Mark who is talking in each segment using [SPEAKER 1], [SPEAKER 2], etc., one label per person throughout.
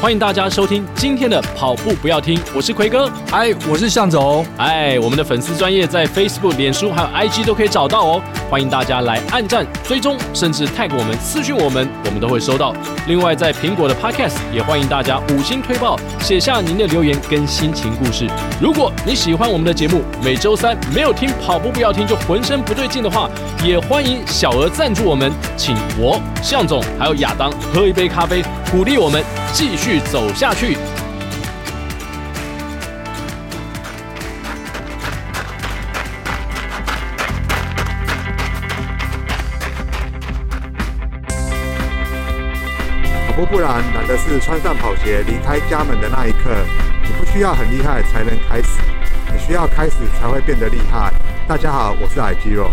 [SPEAKER 1] 欢迎大家收听今天的跑步不要听，我是奎哥。
[SPEAKER 2] 哎，我是向总，
[SPEAKER 1] 哎，我们的粉丝专业在 Facebook、脸书还有 IG 都可以找到哦，欢迎大家来按赞、追踪，甚至 tag 我们、私讯我们，我们都会收到。另外，在苹果的 Podcast 也欢迎大家五星推报，写下您的留言跟心情故事。如果你喜欢我们的节目，每周三没有听跑步不要听就浑身不对劲的话，也欢迎小额赞助我们，请我向总还有亚当喝一杯咖啡，鼓励我们继续走下去。
[SPEAKER 3] 跑步不难，难的是穿上跑鞋离开家门的那一刻。你不需要很厉害才能开始，你需要开始才会变得厉害。大家好，我是矮肌肉。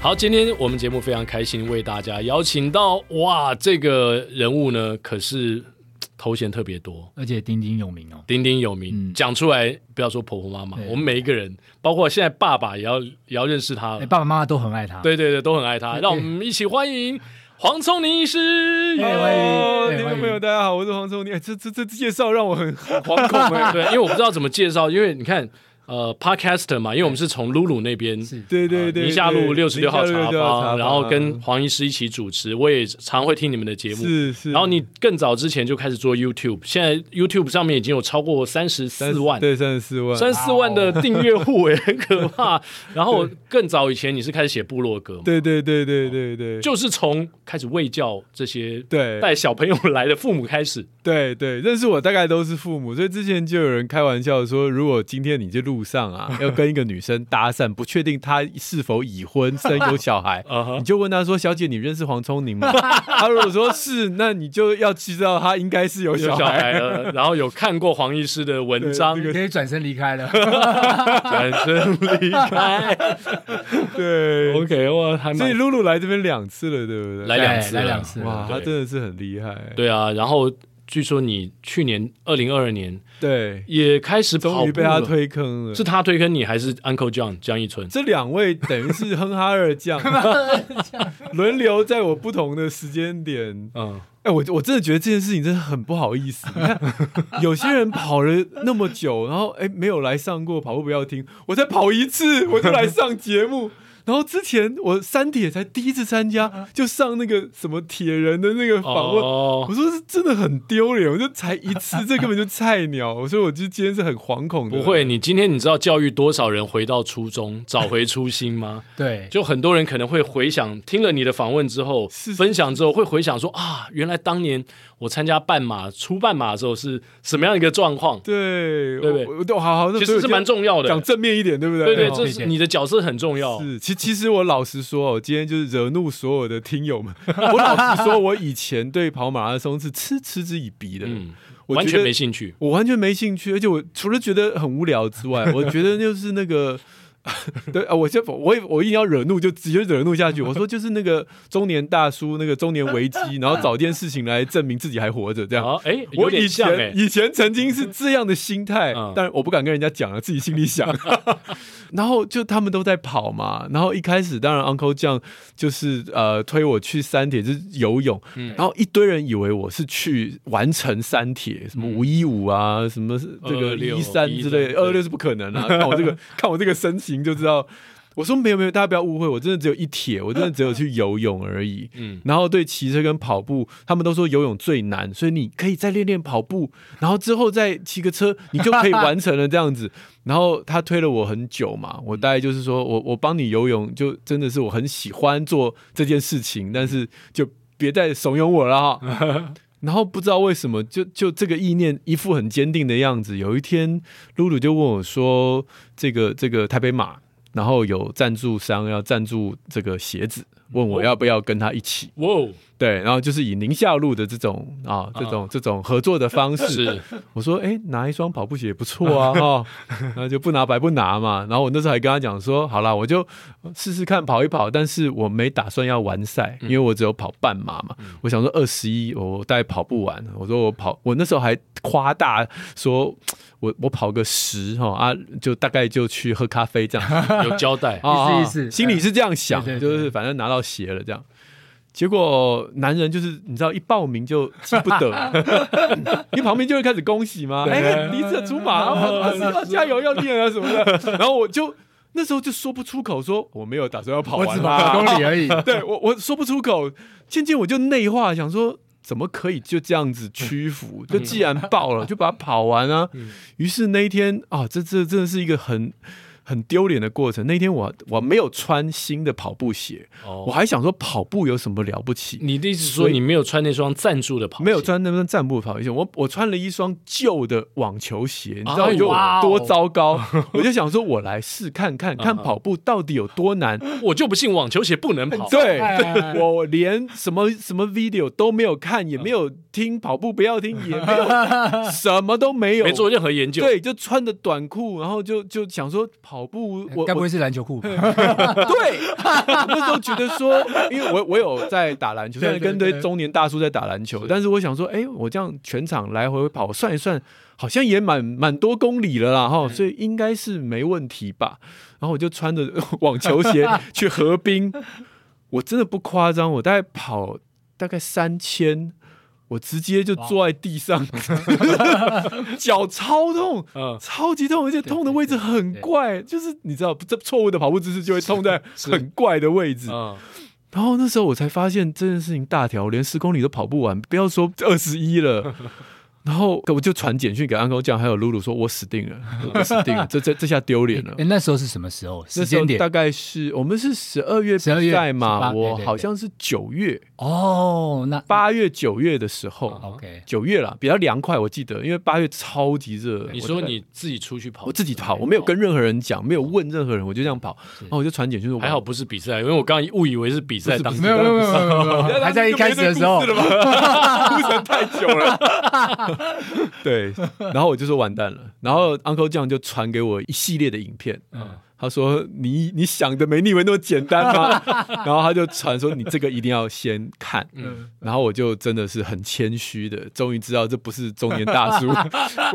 [SPEAKER 1] 好，今天我们节目非常开心，为大家邀请到哇，这个人物呢，可是嘖头衔特别多，
[SPEAKER 2] 而且鼎鼎有名哦。
[SPEAKER 1] 鼎鼎有名。
[SPEAKER 2] 嗯
[SPEAKER 1] 讲出来，不要说婆婆妈妈，
[SPEAKER 2] 对
[SPEAKER 1] 我们每一个人，包括现在爸爸，也要也要认识他
[SPEAKER 2] 哎，。爸爸哎妈妈都很爱他。，
[SPEAKER 1] 对对对，都很爱他。
[SPEAKER 2] 对
[SPEAKER 1] 让我们一起欢迎黄聪宁医师。
[SPEAKER 2] 哎欢迎
[SPEAKER 4] 哦，
[SPEAKER 2] 哎
[SPEAKER 4] 听
[SPEAKER 2] 欢
[SPEAKER 4] 众
[SPEAKER 2] 迎
[SPEAKER 4] 朋友，大家好，我是黄忠。你哎这这这介绍让我很很惶恐哎。
[SPEAKER 1] 对，因为我不知道怎么介绍，因为你看，呃，podcaster 嘛，因为我们是从露露那边
[SPEAKER 2] 是
[SPEAKER 4] 对对对，
[SPEAKER 1] 啊宁夏路六十六号茶坊，
[SPEAKER 4] 坊，
[SPEAKER 1] 然后跟黄医师一起主持，我也常会听你们的节目。
[SPEAKER 4] 是是，
[SPEAKER 1] 然后你更早之前就开始做 YouTube，现在 YouTube 上面已经有超过三十四万，
[SPEAKER 4] 对哦三十四万，
[SPEAKER 1] 三十四万的订阅 户，哎，很可怕。然后更早以前你是开始写部落格嘛，
[SPEAKER 4] 对对对对对对，
[SPEAKER 1] 就是从开始喂教这些
[SPEAKER 4] 对
[SPEAKER 1] 带小朋友来的父母开始，
[SPEAKER 4] 对对，认识我大概都是父母，所以之前就有人开玩笑说，如果今天你这路上啊要跟一个女生搭讪，不确定她是否已婚生有
[SPEAKER 1] ，
[SPEAKER 4] 小孩
[SPEAKER 1] 啊哈
[SPEAKER 4] 你就问她说：“小姐，你认识黄聪宁吗？” 她如果说是，那你就要知道她应该是
[SPEAKER 1] 有
[SPEAKER 4] 有小
[SPEAKER 1] 小孩
[SPEAKER 4] 孩。
[SPEAKER 1] 了，然后有看过黄医师的文章，
[SPEAKER 2] 可以转身离开 了。
[SPEAKER 1] 转身离开。
[SPEAKER 4] 对
[SPEAKER 1] OK，哇，还
[SPEAKER 4] 所以
[SPEAKER 1] 蛮
[SPEAKER 4] 露露来这边两次了，对不对？
[SPEAKER 1] 来两次
[SPEAKER 2] 对来
[SPEAKER 1] 了
[SPEAKER 2] 两次了
[SPEAKER 4] 哇，
[SPEAKER 1] 对
[SPEAKER 4] 他真的是很厉害。
[SPEAKER 1] 对啊。然后据说你去年二零二二年
[SPEAKER 4] 对，
[SPEAKER 1] 也开始跑
[SPEAKER 4] 终于
[SPEAKER 1] 步
[SPEAKER 4] 被他
[SPEAKER 1] 了。
[SPEAKER 4] 推坑了。
[SPEAKER 1] 是他推坑你，还是 Uncle John 江一村？
[SPEAKER 4] 这两位等于是 哼哈二将轮流在我不同的时间点。
[SPEAKER 1] 嗯，
[SPEAKER 4] 哎，我我真的觉得这件事情真的很不好意思。你看， 有些人跑了那么久，然后哎没有来上过跑步不要听，我才跑一次我就来上节目。然后之前我三铁才第一次参加，就上那个什么铁人的那个访问，
[SPEAKER 1] 哦
[SPEAKER 4] 我，说是真的很丢脸，我就才一次，这根本就菜鸟。我说我就今天是很惶恐的。
[SPEAKER 1] 不会，你今天你知道教育多少人回到初衷，找回初心 吗？
[SPEAKER 2] 对，。
[SPEAKER 1] 就很多人可能会回想，听了你的访问之后，
[SPEAKER 4] 是
[SPEAKER 1] 分享之后会回想说啊，原来当年我参加半马、初半马的时候是什么样一个状况，
[SPEAKER 4] 对，
[SPEAKER 1] 对不对
[SPEAKER 4] 我我都好好，那
[SPEAKER 1] 其
[SPEAKER 4] 所以
[SPEAKER 1] 实
[SPEAKER 4] 我
[SPEAKER 1] 是
[SPEAKER 4] 今天
[SPEAKER 1] 蛮重要的
[SPEAKER 4] 讲。正面一点，对不对？
[SPEAKER 1] 对对，
[SPEAKER 4] 哦
[SPEAKER 1] 这哦是你的角色很重要。
[SPEAKER 4] 是，其其实我老实说，哦我今天就是惹怒所有的 听友们。我老实说，我以前对跑马拉松是嗤嗤之以鼻的，
[SPEAKER 1] 嗯，
[SPEAKER 4] 我
[SPEAKER 1] 完
[SPEAKER 4] 觉
[SPEAKER 1] 全
[SPEAKER 4] 得
[SPEAKER 1] 没兴趣。
[SPEAKER 4] 我完全没兴趣，而且我除了觉得很无聊之 外，我觉得就是那个。 对啊，我就我也我一定要惹怒，就直接惹怒下去。我说就是那个中年大叔，那个中年危 机，然后找件事情来证明自己还活着，这样。
[SPEAKER 1] 啊，哎，有
[SPEAKER 4] 我以
[SPEAKER 1] 点像
[SPEAKER 4] 前
[SPEAKER 1] 哎，
[SPEAKER 4] 以前曾经是这样的心态
[SPEAKER 1] 嗯，
[SPEAKER 4] 但我不敢跟人家讲了，自己心 里想。然后就他们都在跑嘛，然后一开始当然 Uncle 酱就是呃推我去三铁就是游泳，
[SPEAKER 1] 嗯
[SPEAKER 4] 然后一堆人以为我是去完成三铁，什么
[SPEAKER 1] 嗯
[SPEAKER 4] 五一五啊，什么这个
[SPEAKER 1] 226
[SPEAKER 4] 一三之类的，二
[SPEAKER 1] 对
[SPEAKER 4] 六是不可能啊，看我这 个看我这个身形就知道。我说没有没有，大家不要误会，我真的只有一铁，我真的只有去游泳而已。
[SPEAKER 1] 嗯，
[SPEAKER 4] 然后对骑车跟跑步，他们都说游泳最难，所以你可以再练练跑步，然后之后再骑个车，你就可以完成了这样子。 然后他推了我很久嘛，我大概就是说我我帮你游泳，就真的是我很喜欢做这件事情，但是就别再怂恿我了哈。然后不知道为什么，就就这个意念一副很坚定的样子。有一天，露露就问我说：“这个这个台北马，然后有赞助商要赞助这个鞋子，问我要不要跟他一起。”
[SPEAKER 1] 哇哦，
[SPEAKER 4] 对，然后就是以宁夏路的这种啊，这种、这种合作的方式，
[SPEAKER 1] 是
[SPEAKER 4] 我说，哎，拿一双跑步鞋也不错啊，哦，那就不拿白不拿嘛。然后我那时候还跟他讲说，好啦，我就试试看跑一跑，但是我没打算要完赛，因为我只有跑半马嘛。我想说二十一，我大概跑不完。我说我跑，我那时候还夸大说，我我跑个十哈、哦、啊，就大概就去喝咖啡这样。
[SPEAKER 1] 有交代
[SPEAKER 2] 意思意思
[SPEAKER 4] 哦心里是这样想，
[SPEAKER 2] 对对对
[SPEAKER 4] 就是反正拿到鞋了这样。结果男人就是你知道一报名就记不 得，因为旁边就会开始恭喜嘛，哎，离子出马，啊要加油要练啊什么的，然后我就那时候就说不出口，说我没有打算要跑
[SPEAKER 2] 我
[SPEAKER 4] 完
[SPEAKER 2] 只
[SPEAKER 4] 嘛
[SPEAKER 2] 跑八公里而已。
[SPEAKER 4] 对我我说不出口，渐渐我就内化，想说怎么可以就这样子屈服？就既然爆了，就把它跑完啊。
[SPEAKER 1] 嗯
[SPEAKER 4] 于是那一天啊，这这真的是一个很很丢脸的过程。那天我我没有穿新的跑步鞋，我
[SPEAKER 1] 哦，
[SPEAKER 4] 还想说跑步有什么了不起。
[SPEAKER 1] 你的意思是说你没有穿那双赞助嗯的跑鞋？
[SPEAKER 4] 没有穿那双站步跑鞋，我我穿了一双旧的网球鞋，你知道
[SPEAKER 1] 哎呦
[SPEAKER 4] 有
[SPEAKER 1] 哇哦嗯
[SPEAKER 4] 多 糟糕？我就想说，我来试看看，看跑步到底有多难。
[SPEAKER 1] 我就不信网球鞋不能跑。
[SPEAKER 4] 对
[SPEAKER 2] 哎哎哎，
[SPEAKER 4] 我连什么什么 video 都没有看，也没有听跑步不要听，也没有什么都没有，
[SPEAKER 1] 没做任何研究，，
[SPEAKER 4] 对，就穿着短裤，然后就就想说跑步，我
[SPEAKER 2] 哎该不
[SPEAKER 4] 我
[SPEAKER 2] 会是篮球裤吧？
[SPEAKER 4] 对，我啊 那时候觉得说，因为我我有在打篮球，虽 然
[SPEAKER 2] 对对
[SPEAKER 4] 跟堆
[SPEAKER 2] 对
[SPEAKER 4] 中年大叔在打篮球，但是我想说，哎，我这样全场来回跑，算一算，好像也蛮蛮多公里了啦
[SPEAKER 2] 嗯
[SPEAKER 4] 哈，所以应该是没问题吧。然后我就穿着 网球鞋去河滨， 我真的不夸张，我大概跑大概三千。我直接就坐在 地上， 脚超痛，
[SPEAKER 1] 嗯，
[SPEAKER 4] 超级痛，而且痛的位置很
[SPEAKER 2] 对啊
[SPEAKER 4] 怪，就是你知道，这错误的跑步姿势就会痛在
[SPEAKER 1] 是
[SPEAKER 4] 很怪的位置。
[SPEAKER 1] 嗯，
[SPEAKER 4] 然后那时候我才发现这件事情大条，连十公里都跑不完，不要说二十一 了。然后我就传简讯给安哥酱还有露露说，我死定了，我死定了，这这这下丢脸了。
[SPEAKER 2] 哎，那时候是什么时 候？
[SPEAKER 4] 那
[SPEAKER 2] 时
[SPEAKER 4] 时候
[SPEAKER 2] 间点
[SPEAKER 4] 大？概是我们是十二月
[SPEAKER 2] 12
[SPEAKER 4] 比
[SPEAKER 2] 月
[SPEAKER 4] 赛
[SPEAKER 2] 18
[SPEAKER 4] 嘛，
[SPEAKER 2] 对
[SPEAKER 4] 我
[SPEAKER 2] 对对
[SPEAKER 4] 好像是九月、
[SPEAKER 2] 哦，那
[SPEAKER 4] 八月、九月的时候，
[SPEAKER 2] OK，
[SPEAKER 4] 九月啦，比较凉快，我记得，因为八月超级热。
[SPEAKER 1] 你
[SPEAKER 4] 我
[SPEAKER 1] 说
[SPEAKER 4] 大概
[SPEAKER 1] 你自己出去跑，
[SPEAKER 4] 我自己跑，我没有跟任何人讲，没有问任何人，我就这样跑，然后我就传简讯说
[SPEAKER 1] 还好，不是比赛，因为我刚刚误以为是比赛当中
[SPEAKER 4] 不是
[SPEAKER 2] 没有没有没有没有没有没 有，还在一开始的时候
[SPEAKER 4] 哭， 成太久了。 对，然后我就说完蛋了，然后 Uncle 酱就传给我一系列的影片，他说你你想的没你以为那么简单吗？然后他就传说你这个一定要先看，
[SPEAKER 1] 嗯
[SPEAKER 4] 然后我就真的是很谦虚的，终于知道这不是中年大叔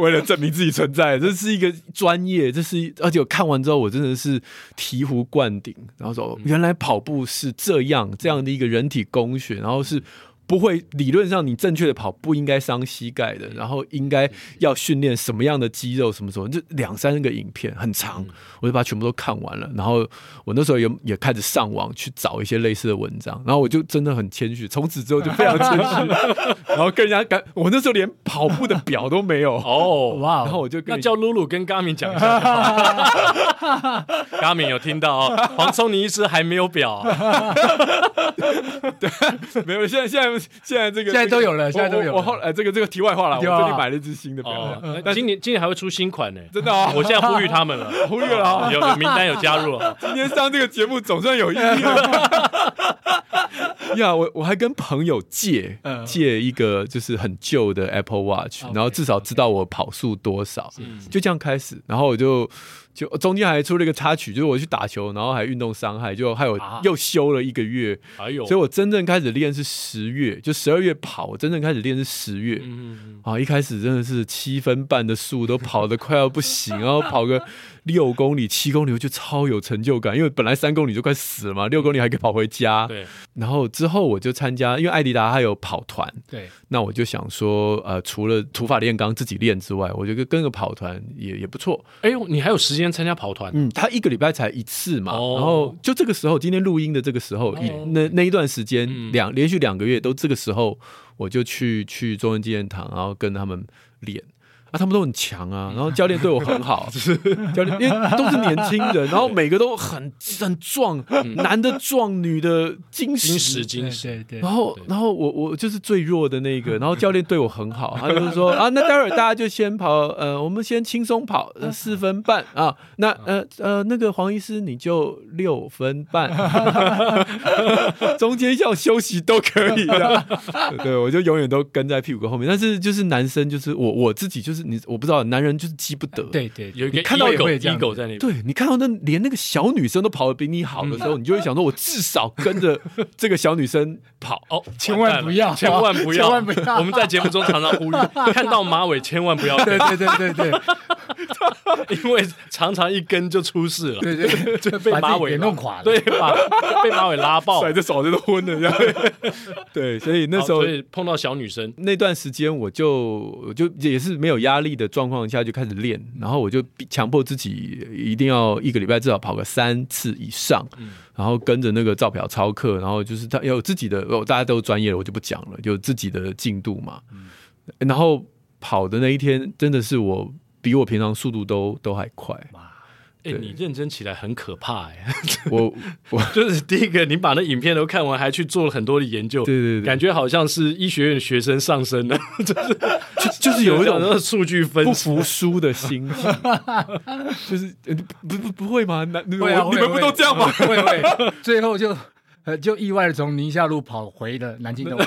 [SPEAKER 4] 为了证明自己存在，这是一个专业，这是一而且我看完之后，我真的是醍醐灌顶，然后说哦原来跑步是这样这样的一个人体工学，然后是。不会，理论上你正确的跑不应该伤膝盖
[SPEAKER 2] 嗯
[SPEAKER 4] 的，然后应该要训练什么样的肌肉，什么什么，就两三个影片很长，
[SPEAKER 2] 嗯
[SPEAKER 4] 我就把它全部都看完了。然后我那时候也也开始上网去找一些类似的文章，然后我就真的很谦虚，从此之后就非常谦 虚，然后跟人家感，我那时候连跑步的表都没有，
[SPEAKER 1] 哦，
[SPEAKER 2] 哇，
[SPEAKER 4] 然后我就跟
[SPEAKER 1] 那
[SPEAKER 4] 人
[SPEAKER 1] 叫露露跟 Garmin 讲一下就好。Garmin 有听到哦，黄聪尼医师还没有表啊，
[SPEAKER 4] 没有，现在现在现在这个
[SPEAKER 2] 现在都有了
[SPEAKER 4] 我
[SPEAKER 2] 现在都有了啊
[SPEAKER 4] 我我后来这个这个题外话了，我
[SPEAKER 2] 题外话
[SPEAKER 4] 这里买了一支新的表，
[SPEAKER 1] 哦，那
[SPEAKER 4] 但是
[SPEAKER 1] 今年今年还会出新款呢，
[SPEAKER 4] 真的啊，
[SPEAKER 1] 我现在呼吁他们 了，
[SPEAKER 4] 忽略了啊。
[SPEAKER 1] 有有名单有加入哦了，
[SPEAKER 4] 今天上这个节目总算有意义了。 呀、我我还跟朋友借、
[SPEAKER 2] 嗯
[SPEAKER 4] 借一个就是很旧的 Apple Watch，、然后至少知道我跑速多少，就这样开始。然后我就就中间还出了一个插曲，就是我去打球，然后还运动伤害，就害我
[SPEAKER 1] 啊
[SPEAKER 4] 又休了一个月。
[SPEAKER 1] 哎呦，
[SPEAKER 4] 所以我真正开始练是十月，就十二月跑，我真正开始练是十月。
[SPEAKER 1] 嗯，
[SPEAKER 4] 啊，一开始真的是七分半的速都跑得快要不行，然后跑个六公里、七公里，我就超有成就感，因为本来三公里就快死了嘛，六公里还可以跑回家。
[SPEAKER 1] 嗯对，
[SPEAKER 4] 然后之后我就参加，因为艾迪达它有跑团，
[SPEAKER 2] 对，
[SPEAKER 4] 那我就想说，呃，除了土法炼钢自己练之外，我觉得跟个跑团也也不错。
[SPEAKER 1] 哎呦，你还有时间参加跑团？
[SPEAKER 4] 嗯，他一个礼拜才一次嘛，
[SPEAKER 1] 哦
[SPEAKER 4] 然后就这个时候，今天录音的这个时候，以那那一段时间
[SPEAKER 1] 嗯
[SPEAKER 4] 两连续两个月都这个时候，我就去去中文纪念堂，然后跟他们练。啊，他们都很强
[SPEAKER 1] 嗯
[SPEAKER 4] 啊，然后教练对我 很好，教练因为都是年轻人，然后每个都很很壮，
[SPEAKER 1] 嗯
[SPEAKER 4] 男的壮，女的精
[SPEAKER 1] 金
[SPEAKER 4] 实
[SPEAKER 1] 石，金石，
[SPEAKER 2] 对对
[SPEAKER 4] 然后，然后我我就是最弱的那 个，然后教练对我很好，他就是说啊，那待会儿大家就先跑，呃，我们先轻松跑
[SPEAKER 2] 嗯
[SPEAKER 4] 呃四、分半啊，那呃呃那个黄医师你就六分 半，中间要休息都可 以的。对，我就永远都跟在屁股后面，但是就是男生就是我我自己就是你我不知道，男人就是记不得，
[SPEAKER 2] 对对对，
[SPEAKER 1] 有一个
[SPEAKER 4] 你看到也
[SPEAKER 1] 狗
[SPEAKER 2] 会这样
[SPEAKER 1] 狗在那边，
[SPEAKER 4] 对你看到那连那个小女生都跑得比你好的时候，
[SPEAKER 2] 嗯
[SPEAKER 4] 你就会想说，我至少跟着这个小女生跑。
[SPEAKER 1] 哦，
[SPEAKER 2] 千万
[SPEAKER 1] 完蛋了
[SPEAKER 2] 不要
[SPEAKER 1] 千万不要，
[SPEAKER 2] 千万不要
[SPEAKER 1] 我们在节目中常常呼吁，看到马尾千万不要跟，
[SPEAKER 2] 对对对对对，
[SPEAKER 1] 因为常常一根就出事了，
[SPEAKER 2] 对 对，
[SPEAKER 1] 就被
[SPEAKER 2] 把
[SPEAKER 1] 马
[SPEAKER 2] 自己
[SPEAKER 1] 尾
[SPEAKER 2] 给
[SPEAKER 1] 拉
[SPEAKER 2] 弄垮了。
[SPEAKER 1] 对，把 被马尾拉 爆。
[SPEAKER 4] 甩着手就是昏了这 样。对，所以那时候
[SPEAKER 1] 好所以碰到小女生，
[SPEAKER 4] 那段时间我就我就也是没有压力的状况下就开始练，然后我就逼强迫自己一定要一个礼拜至少跑个三次以上，
[SPEAKER 1] 嗯
[SPEAKER 4] 然后跟着那个照表操课，然后就是他要有自己的，哦，大家都专业了，我就不讲了，有自己的进度嘛。
[SPEAKER 1] 嗯
[SPEAKER 4] 然后跑的那一天真的是我比我平常速度都都还快，
[SPEAKER 1] 哎、
[SPEAKER 4] 对
[SPEAKER 1] 你认真起来很可怕哎、
[SPEAKER 4] 我我
[SPEAKER 1] 就是第一个，你把那影片都看完，还去做了很多的研究，
[SPEAKER 4] 对对对
[SPEAKER 1] 感觉好像是医学院的学生上身了， 就是
[SPEAKER 4] 就就是有一种
[SPEAKER 1] 那数据分
[SPEAKER 4] 不
[SPEAKER 1] 析
[SPEAKER 4] 服输的心 情，就是呃不不不会吗？那、
[SPEAKER 2] 会啊
[SPEAKER 4] 我
[SPEAKER 2] 会
[SPEAKER 4] 你们不
[SPEAKER 2] 会嗯
[SPEAKER 4] 都这样吗？
[SPEAKER 2] 会会，最后就呃就意外的从宁夏路跑回了南京东路，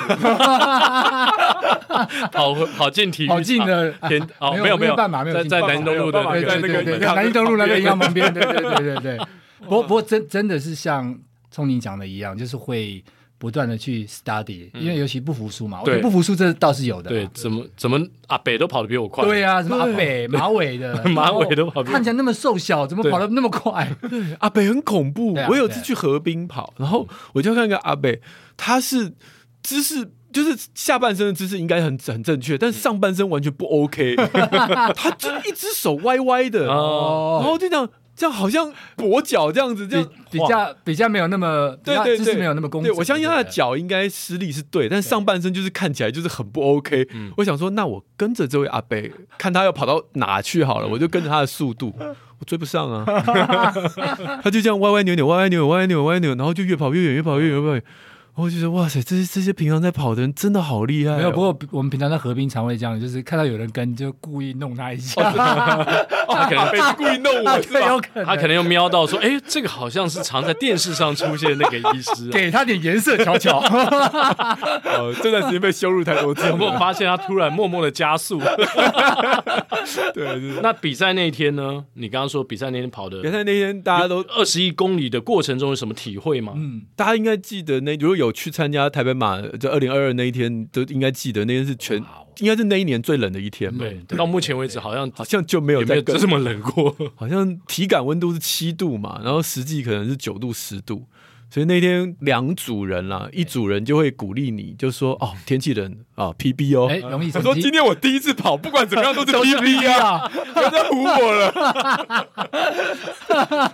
[SPEAKER 1] 跑回跑进体育场
[SPEAKER 2] 跑进了啊
[SPEAKER 1] 田哦
[SPEAKER 2] 没有
[SPEAKER 1] 没有没
[SPEAKER 2] 没
[SPEAKER 1] 有
[SPEAKER 2] 有办法没有
[SPEAKER 1] 在
[SPEAKER 2] 进
[SPEAKER 1] 在
[SPEAKER 2] 办法
[SPEAKER 1] 南东路的
[SPEAKER 4] 没有办
[SPEAKER 1] 那
[SPEAKER 4] 法
[SPEAKER 2] 对
[SPEAKER 1] 个
[SPEAKER 2] 对对
[SPEAKER 4] 在
[SPEAKER 2] 对，
[SPEAKER 4] 银行
[SPEAKER 2] 南京东路那个银行旁边，对对对对对。不过不过真真的是像聪宁讲的一样，就是会不断的去 study，因为尤其不服输嘛，我觉得
[SPEAKER 1] 对
[SPEAKER 2] 不服输这倒是有的啦，
[SPEAKER 1] 对，怎么怎么阿北都跑得比我快，
[SPEAKER 2] 对呀、什么阿北马尾的，
[SPEAKER 1] 马尾都
[SPEAKER 2] 然后
[SPEAKER 1] 跑不
[SPEAKER 2] 看起来那么瘦小，怎么跑得那么快？
[SPEAKER 4] 阿北很恐怖，
[SPEAKER 2] 对啊
[SPEAKER 4] 我有
[SPEAKER 2] 对
[SPEAKER 4] 次
[SPEAKER 2] 啊
[SPEAKER 4] 去河滨跑，然后我就看一个阿北，他是姿势。就是下半身的姿势应该很很正
[SPEAKER 2] 嗯
[SPEAKER 4] 确，但是上半身完全不 OK，他就一只手歪歪的，
[SPEAKER 1] 哦
[SPEAKER 4] 然后就这样，这样好像跛脚这样子，这
[SPEAKER 2] 比
[SPEAKER 4] 样
[SPEAKER 2] 比较比较没有那么，
[SPEAKER 4] 对
[SPEAKER 2] 比较
[SPEAKER 4] 对
[SPEAKER 2] 姿
[SPEAKER 4] 对，
[SPEAKER 2] 势没有那么工整。
[SPEAKER 4] 对，我相信他的
[SPEAKER 2] 对
[SPEAKER 4] 脚应该施力是对，但上半身就是看起来就是很不 OK。我想说，那我跟着这位阿北，看他要跑到哪去好了，我就跟着他的速度，我追不上啊。他就这样歪歪扭扭，歪歪扭扭，歪歪扭扭，歪歪扭扭，然后就越跑越远，越跑越远，越跑越远。然后我就觉得哇塞，这些这些平常在跑的人真的好厉害哦、
[SPEAKER 2] 没有。不过我们平常在河滨常会这样，就是看到有人跟就故意弄他一
[SPEAKER 4] 哦
[SPEAKER 2] 下，
[SPEAKER 1] 他可能被
[SPEAKER 4] 故意弄我是
[SPEAKER 2] 对，有
[SPEAKER 4] 吧？
[SPEAKER 2] 可能
[SPEAKER 1] 他可能又瞄到说，哎，这个好像是常在电视上出现的那个医 师、啊。
[SPEAKER 2] 给他点颜色瞧 瞧。
[SPEAKER 4] 哦，这段时间被羞辱太多次
[SPEAKER 1] 有没有
[SPEAKER 4] 了。
[SPEAKER 1] 发现他突然默默的加速？
[SPEAKER 4] 对，就是。
[SPEAKER 1] 那比赛那一天呢？你刚刚说比赛那天跑的
[SPEAKER 4] 原来那天大家都
[SPEAKER 1] 二十一公里的过程中有什么体会吗？
[SPEAKER 2] 嗯，
[SPEAKER 4] 大家应该记得那如果有去参加台北马，就二零二二那一天，都应该记得那天是全应该是那一年最冷的一天吧？
[SPEAKER 1] 对，到目前为止好像
[SPEAKER 4] 好像就没有
[SPEAKER 1] 也没
[SPEAKER 4] 再
[SPEAKER 1] 有
[SPEAKER 4] 更
[SPEAKER 1] 这么冷过。
[SPEAKER 4] 好像体感温度是七度嘛，然后实际可能是九度十度，所以那天两组人啦，一组人就会鼓励你，就说哦天气冷啊 PB 哦，
[SPEAKER 2] 哎，容易
[SPEAKER 4] 我
[SPEAKER 2] 成
[SPEAKER 4] 说
[SPEAKER 2] 绩
[SPEAKER 4] 今天我第一次跑，不管怎么样都是 PB 啊，
[SPEAKER 2] 啊，
[SPEAKER 4] 不要再唬我了。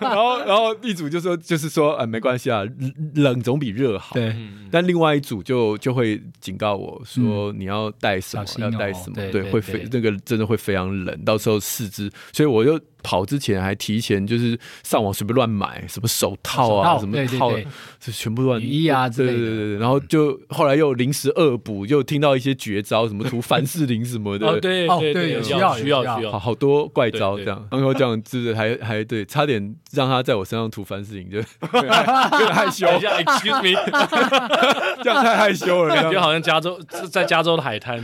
[SPEAKER 4] 然后，然后一组就说，就是说，呃，没关系啊，冷冷总比热好。
[SPEAKER 2] 对
[SPEAKER 1] 嗯
[SPEAKER 4] 但另外一组就就会警告我说，你要带什么，
[SPEAKER 2] 嗯小心
[SPEAKER 4] 要
[SPEAKER 2] 哦
[SPEAKER 4] 带什么，
[SPEAKER 2] 对对对
[SPEAKER 4] 会非那个真的会非常冷，到时候四肢，所以我就跑之前还提前就是上网随便乱买什么手套
[SPEAKER 2] 手
[SPEAKER 4] 啊，
[SPEAKER 2] 套
[SPEAKER 4] 什
[SPEAKER 2] 对
[SPEAKER 4] 么
[SPEAKER 2] 对
[SPEAKER 4] 套，
[SPEAKER 2] 对
[SPEAKER 4] 就全部乱
[SPEAKER 2] 雨衣啊之
[SPEAKER 4] 对
[SPEAKER 2] 类的
[SPEAKER 4] 对对对，然后就后来又临时恶补，又听到一些绝招，什么涂凡士林什么 的，
[SPEAKER 1] 哦，对
[SPEAKER 2] 哦
[SPEAKER 1] 对
[SPEAKER 2] 对
[SPEAKER 1] 对，
[SPEAKER 2] 有
[SPEAKER 1] 需
[SPEAKER 2] 需要
[SPEAKER 1] 需
[SPEAKER 2] 有
[SPEAKER 1] 要
[SPEAKER 2] 需
[SPEAKER 1] 需
[SPEAKER 4] 好
[SPEAKER 1] 要。
[SPEAKER 4] 好多怪招
[SPEAKER 1] 对对
[SPEAKER 4] 这样，然后这样就是还还对，差点让他在我身上涂凡士 林，就有点害有点害羞
[SPEAKER 1] 等一，下，excuse me，
[SPEAKER 4] 这样太害 羞了，
[SPEAKER 1] 感
[SPEAKER 4] 这
[SPEAKER 1] 觉
[SPEAKER 4] 样
[SPEAKER 1] 好像加州在加州的海滩，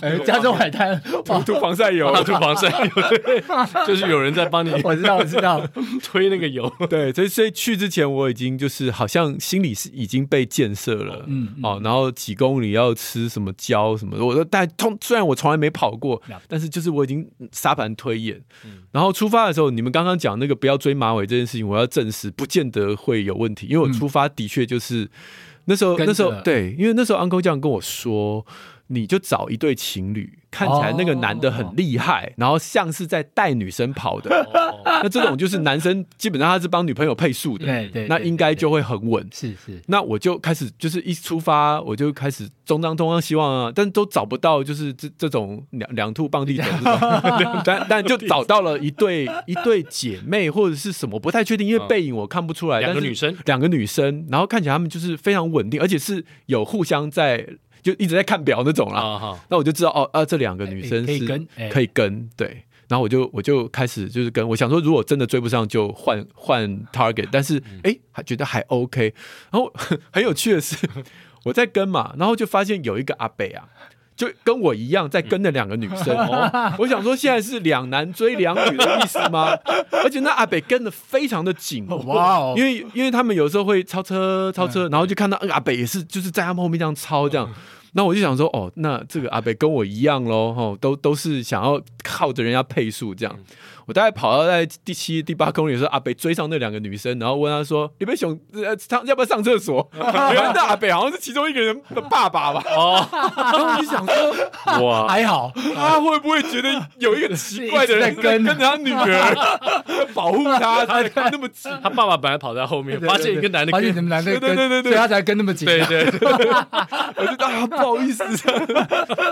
[SPEAKER 2] 哎，加州海滩，哇
[SPEAKER 4] 涂涂防晒油
[SPEAKER 1] 到。处防晒 油，就是有人在帮你
[SPEAKER 2] 我知道我知 道，
[SPEAKER 1] 推那个油。
[SPEAKER 4] 对，所以所以去之前我已经就是好像心里是已经被建设了，
[SPEAKER 2] 嗯嗯
[SPEAKER 4] 哦，然后几公里要吃什么胶什么的，我都但通虽然我从来没跑过
[SPEAKER 2] 了解，嗯
[SPEAKER 4] 但是就是我已经沙盘推演，然后出发的时候，你们刚刚讲那个不要追马尾这件事情，我要证实不见得会有问题，因为我出发的确就是、那时候
[SPEAKER 2] 嗯跟着
[SPEAKER 4] 那时候对，因为那时候 Uncle 酱跟我说。你就找一对情侣，看起来那个
[SPEAKER 2] 哦
[SPEAKER 4] 男的很厉害，然后像是在带女生 跑的， 那这种就是男生基本上他是帮女朋友配速的，
[SPEAKER 2] 对对，
[SPEAKER 4] 那
[SPEAKER 2] 对
[SPEAKER 4] 应该
[SPEAKER 2] 对
[SPEAKER 4] 就会很稳。
[SPEAKER 2] 是是，
[SPEAKER 4] 那我就开始就是一出发我就开始东张东张西望啊，但都找不到就是这这种两两兔傍 地走这种，但但就找到了一对一对姐妹或者是什么不太确定，因为背影我看不出
[SPEAKER 2] 哦
[SPEAKER 4] 来。
[SPEAKER 1] 两个
[SPEAKER 4] 但是
[SPEAKER 1] 女生
[SPEAKER 4] 两个女生，然后看起来她们就是非常稳定，而且是有互相在就一直在看表那种啦。
[SPEAKER 1] 啊哈，
[SPEAKER 4] 那我就知道哦，啊，这两个女生
[SPEAKER 2] 哎可
[SPEAKER 4] 是
[SPEAKER 2] 以跟哎
[SPEAKER 4] 可以跟对。然后我就我就开始就是跟我想说，如果真的追不上就换换 target，但是哎还觉得还 OK。然后 很有趣的是， 我在跟嘛，然后就发现有一个阿北啊，就跟我一样在跟那两个女生。哦我想说现在是两男追两女的意思吗？ 而且那阿北跟的非常的紧，
[SPEAKER 2] 哇哦嗯
[SPEAKER 4] 因，为
[SPEAKER 2] 嗯
[SPEAKER 4] 因为他们有时候会超车超车，然后就看到、呃、阿北也是就是在他们后面这样超这样。那我就想说，哦，那这个阿北跟我一样喽，吼，都都是想要靠着人家配速
[SPEAKER 2] 嗯
[SPEAKER 4] 这样。我大概跑到在第七、第八公里的时候，阿北追上那两个女生，然后问他说：“你们想呃上要不要上 厕所？”原来那阿北好像是其中一个人的爸爸吧？
[SPEAKER 1] 哦，
[SPEAKER 4] 然后我就想说，
[SPEAKER 1] 哇，
[SPEAKER 2] 还好，
[SPEAKER 4] 他会不会觉得有一个奇怪 的人
[SPEAKER 2] 一直在跟
[SPEAKER 4] 跟着他女儿 保护他，他那么急？
[SPEAKER 1] 他爸爸本来跑在后面，
[SPEAKER 2] 对
[SPEAKER 1] 发现一个男的
[SPEAKER 2] 发
[SPEAKER 1] 跟
[SPEAKER 2] 现你们男的跟，
[SPEAKER 4] 对对对对
[SPEAKER 2] 所
[SPEAKER 4] 对
[SPEAKER 2] 以他才跟那么紧。
[SPEAKER 1] 对对对，
[SPEAKER 4] 我就啊，不好意思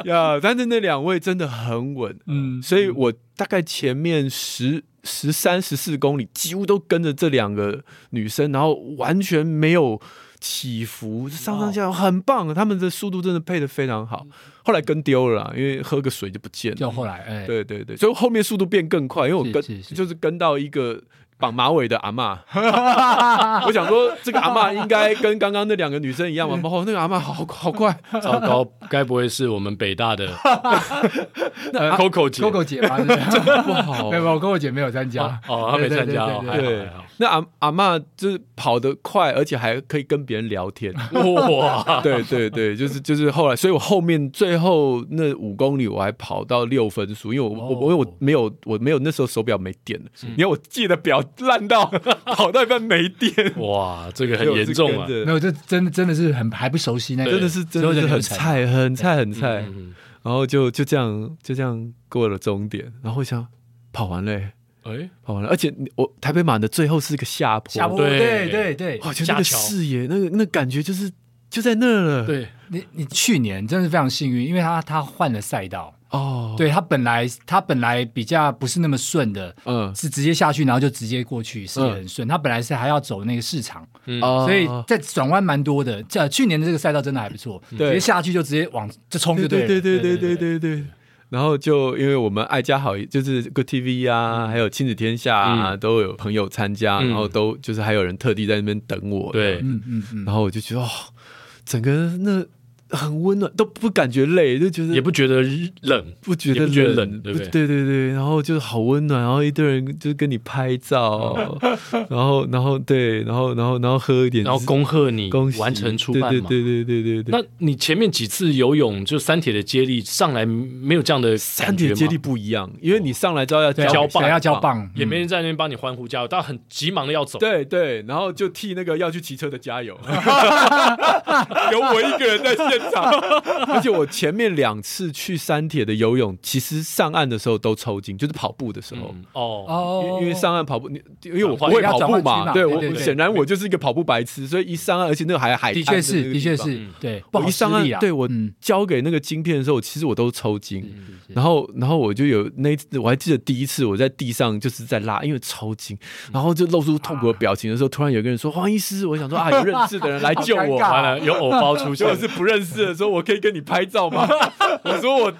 [SPEAKER 4] 呀。但是那两位真的很稳，
[SPEAKER 2] 嗯，
[SPEAKER 4] 所以我大概前面十十三、十四公里几乎都跟着这两个女生，然后完全没有起伏，上上下下很棒。他们的速度真的配的非常
[SPEAKER 2] 嗯
[SPEAKER 4] 好。后来跟丢了啦，因为喝个水就不见了。
[SPEAKER 2] 就后来哎，
[SPEAKER 4] 对对对，所以后面速度变更快，因为我跟
[SPEAKER 2] 是是是
[SPEAKER 4] 就是跟到一个绑马尾的阿嬷，我想说这个阿嬷应该跟刚刚那两个女生一样嘛， 哦，那个阿嬷好好快，
[SPEAKER 1] 糟糕，该不会是我们北大的 Coco 姐
[SPEAKER 2] Coco 姐嘛，是不是
[SPEAKER 4] 不好
[SPEAKER 2] 没。有我 Coco 姐没有参加，
[SPEAKER 1] 哦，他没参加哦，
[SPEAKER 2] 对
[SPEAKER 1] 还好
[SPEAKER 4] 对
[SPEAKER 1] 还好，
[SPEAKER 4] 那阿阿嬷就是跑得快，而且还可以跟别人聊天。
[SPEAKER 1] 哇，
[SPEAKER 4] 对对对，就是就是后来，所以我后面最后那五公里我还跑到六分数，因为我我
[SPEAKER 1] 哦
[SPEAKER 4] 我因为我没有我没有那时候手表没电了，你看我借的表烂到 跑到一半没电，
[SPEAKER 1] 哇，这 个很严重啊
[SPEAKER 4] 所以我是跟，着
[SPEAKER 2] 没有，这真的真的是很还不熟悉那个，
[SPEAKER 1] 对
[SPEAKER 4] 真的是真
[SPEAKER 2] 所有
[SPEAKER 4] 的是
[SPEAKER 2] 人
[SPEAKER 4] 很
[SPEAKER 2] 才
[SPEAKER 4] 菜，很菜，很菜。
[SPEAKER 1] 嗯
[SPEAKER 4] 然后就就这样就这样过了终点，然后我想跑完了欸，
[SPEAKER 1] 哎，
[SPEAKER 4] 跑完了，而且你我台北马的最后是个下坡，
[SPEAKER 2] 下坡，
[SPEAKER 1] 对
[SPEAKER 2] 对对对，
[SPEAKER 4] 哇，就那
[SPEAKER 1] 架
[SPEAKER 4] 个
[SPEAKER 1] 桥
[SPEAKER 4] 视野，那个那感觉就是就在那了，，
[SPEAKER 1] 对，
[SPEAKER 2] 你你去年真的是非常幸运，因为他他换了赛道，
[SPEAKER 4] 哦，，
[SPEAKER 2] 对他本来他本来比较不是那么顺的，
[SPEAKER 4] 嗯，
[SPEAKER 2] 是直接下去然后就直接过去，是也很顺。他本来是还要走那个市场，
[SPEAKER 4] 哦
[SPEAKER 2] 所以在转弯蛮多的。这去年的这个赛道真的还不错，直
[SPEAKER 4] 嗯对
[SPEAKER 2] 接下去就直接往就冲就
[SPEAKER 4] 对
[SPEAKER 2] 了。
[SPEAKER 4] 对对对对对对。然后就因为我们爱家好，就是 Good TV 啊，还有亲子天下啊，都有朋友参加，
[SPEAKER 1] 嗯
[SPEAKER 4] 然后都就是还有人特地在那边等我，
[SPEAKER 1] 对
[SPEAKER 2] 嗯嗯嗯，
[SPEAKER 4] 然后我就觉得哦，整个那很温暖，都不感觉累，就觉得
[SPEAKER 1] 也不觉得冷，
[SPEAKER 4] 不觉
[SPEAKER 1] 也
[SPEAKER 4] 得
[SPEAKER 1] 不觉得冷
[SPEAKER 4] 冷，
[SPEAKER 1] 对不对
[SPEAKER 4] 对对对然后就是好温暖，然后一堆人就是跟你拍 照，然后然后对，然后然后然后喝一点，
[SPEAKER 1] 然后恭贺你
[SPEAKER 4] 恭喜
[SPEAKER 1] 完成初办
[SPEAKER 4] 对
[SPEAKER 1] 嘛。
[SPEAKER 4] 对对对对对对。
[SPEAKER 1] 那你前面几次游泳就三铁的接力上来没有这样的
[SPEAKER 4] 三
[SPEAKER 1] 三
[SPEAKER 4] 铁接力不一样，因为你上来之后要
[SPEAKER 2] 对
[SPEAKER 1] 交
[SPEAKER 4] 交
[SPEAKER 1] 棒
[SPEAKER 2] 谁要交，棒，嗯
[SPEAKER 1] 也没人在那边帮你欢呼加油，但很急忙的要 走。
[SPEAKER 4] 对对，然后就替那个要去骑车的加油，有我一个人在现场。而且我前面两次去三铁的游泳，其实上岸的时候都抽筋，就是跑步的时候。
[SPEAKER 1] 嗯，哦，
[SPEAKER 4] 因
[SPEAKER 2] 哦
[SPEAKER 4] 为，因为上岸跑步，你因为我不
[SPEAKER 1] 转换
[SPEAKER 4] 会
[SPEAKER 1] 要
[SPEAKER 4] 跑
[SPEAKER 2] 转
[SPEAKER 4] 步
[SPEAKER 2] 换区
[SPEAKER 4] 嘛，
[SPEAKER 2] 嘛
[SPEAKER 4] 对
[SPEAKER 2] 对
[SPEAKER 4] 我
[SPEAKER 2] 对
[SPEAKER 1] 对
[SPEAKER 4] 显然我就是一个跑步白痴，所以一上岸，而且那个还海
[SPEAKER 2] 的
[SPEAKER 4] 滩
[SPEAKER 2] 确
[SPEAKER 4] 那
[SPEAKER 2] 是
[SPEAKER 4] 个
[SPEAKER 2] 的确
[SPEAKER 4] 地方
[SPEAKER 2] 是
[SPEAKER 1] 嗯，
[SPEAKER 2] 对，不
[SPEAKER 4] 我
[SPEAKER 2] 好
[SPEAKER 4] 一上
[SPEAKER 2] 施
[SPEAKER 4] 岸
[SPEAKER 2] 力，啊。
[SPEAKER 4] 对我
[SPEAKER 2] 嗯
[SPEAKER 4] 交给那个晶片的时候，其实我都抽筋，
[SPEAKER 2] 是
[SPEAKER 4] 然后，然后我就有那一次，我还记得第一次我在地上就是在拉，因为抽筋，然后就露出痛苦的表情的时候，突然有个人说黄医师，我想说啊，有认识的人来救
[SPEAKER 2] 哦好尴
[SPEAKER 4] 我，
[SPEAKER 2] 尬啊
[SPEAKER 1] 完了有偶包出
[SPEAKER 4] 结
[SPEAKER 1] 现
[SPEAKER 4] 果，是不认识的，说我可以跟你拍照吗？我说我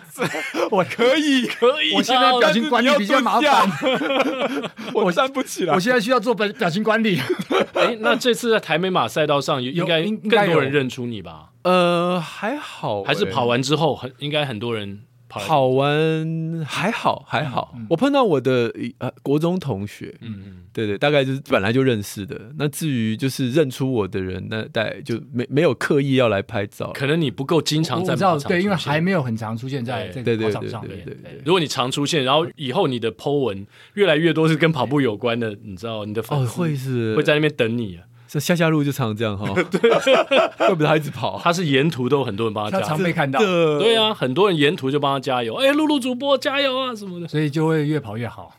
[SPEAKER 4] 我可以，
[SPEAKER 1] 可以啊，
[SPEAKER 2] 我现在表
[SPEAKER 4] 但是
[SPEAKER 2] 情管理
[SPEAKER 4] 你要
[SPEAKER 2] 比较
[SPEAKER 4] 蹲
[SPEAKER 2] 麻
[SPEAKER 4] 下
[SPEAKER 2] 烦，
[SPEAKER 4] 我站不起 来，
[SPEAKER 2] 我现在需要做表表情管理。
[SPEAKER 1] 哎，那这次在台美马赛道上，有
[SPEAKER 2] 有
[SPEAKER 1] 应该
[SPEAKER 2] 应应该
[SPEAKER 1] 更多
[SPEAKER 2] 有
[SPEAKER 1] 人认出你吧？
[SPEAKER 4] 呃还好、
[SPEAKER 1] 还是
[SPEAKER 4] 欸
[SPEAKER 1] 跑完之后，很应该很多人跑来。
[SPEAKER 4] 跑完还好还好，我碰到我的呃国中同学，
[SPEAKER 1] 嗯，嗯，
[SPEAKER 4] 对对，大概就是本来就认识的。那至于就是认出我的人，那大概就没没有刻意要来拍照。
[SPEAKER 1] 可能你不够经常
[SPEAKER 2] 我
[SPEAKER 1] 在
[SPEAKER 2] 知道，
[SPEAKER 1] 马场
[SPEAKER 2] 对，因为
[SPEAKER 1] 出现
[SPEAKER 2] 还没有很常出现在这
[SPEAKER 1] 对
[SPEAKER 2] 个
[SPEAKER 4] 对
[SPEAKER 2] 跑
[SPEAKER 4] 对
[SPEAKER 2] 场上
[SPEAKER 4] 对对
[SPEAKER 2] 面。
[SPEAKER 4] 对对。
[SPEAKER 1] 如果你常出现，然后以后你的 Po 文越来越多是跟跑步有关的，你知道你的
[SPEAKER 4] 哦，
[SPEAKER 1] 粉丝
[SPEAKER 4] 会是
[SPEAKER 1] 会在那边等你啊。
[SPEAKER 4] 这下下路就常这样哈， 对，怪不得他一直跑。
[SPEAKER 1] 他是沿途都有很多人帮他
[SPEAKER 2] 他
[SPEAKER 1] 加
[SPEAKER 2] 常
[SPEAKER 1] 油，
[SPEAKER 2] 被看到，
[SPEAKER 4] 这
[SPEAKER 1] 对，啊，很多人沿途就帮他加油，哎，露露主播加油啊什么的。
[SPEAKER 2] 所以就会越跑越好。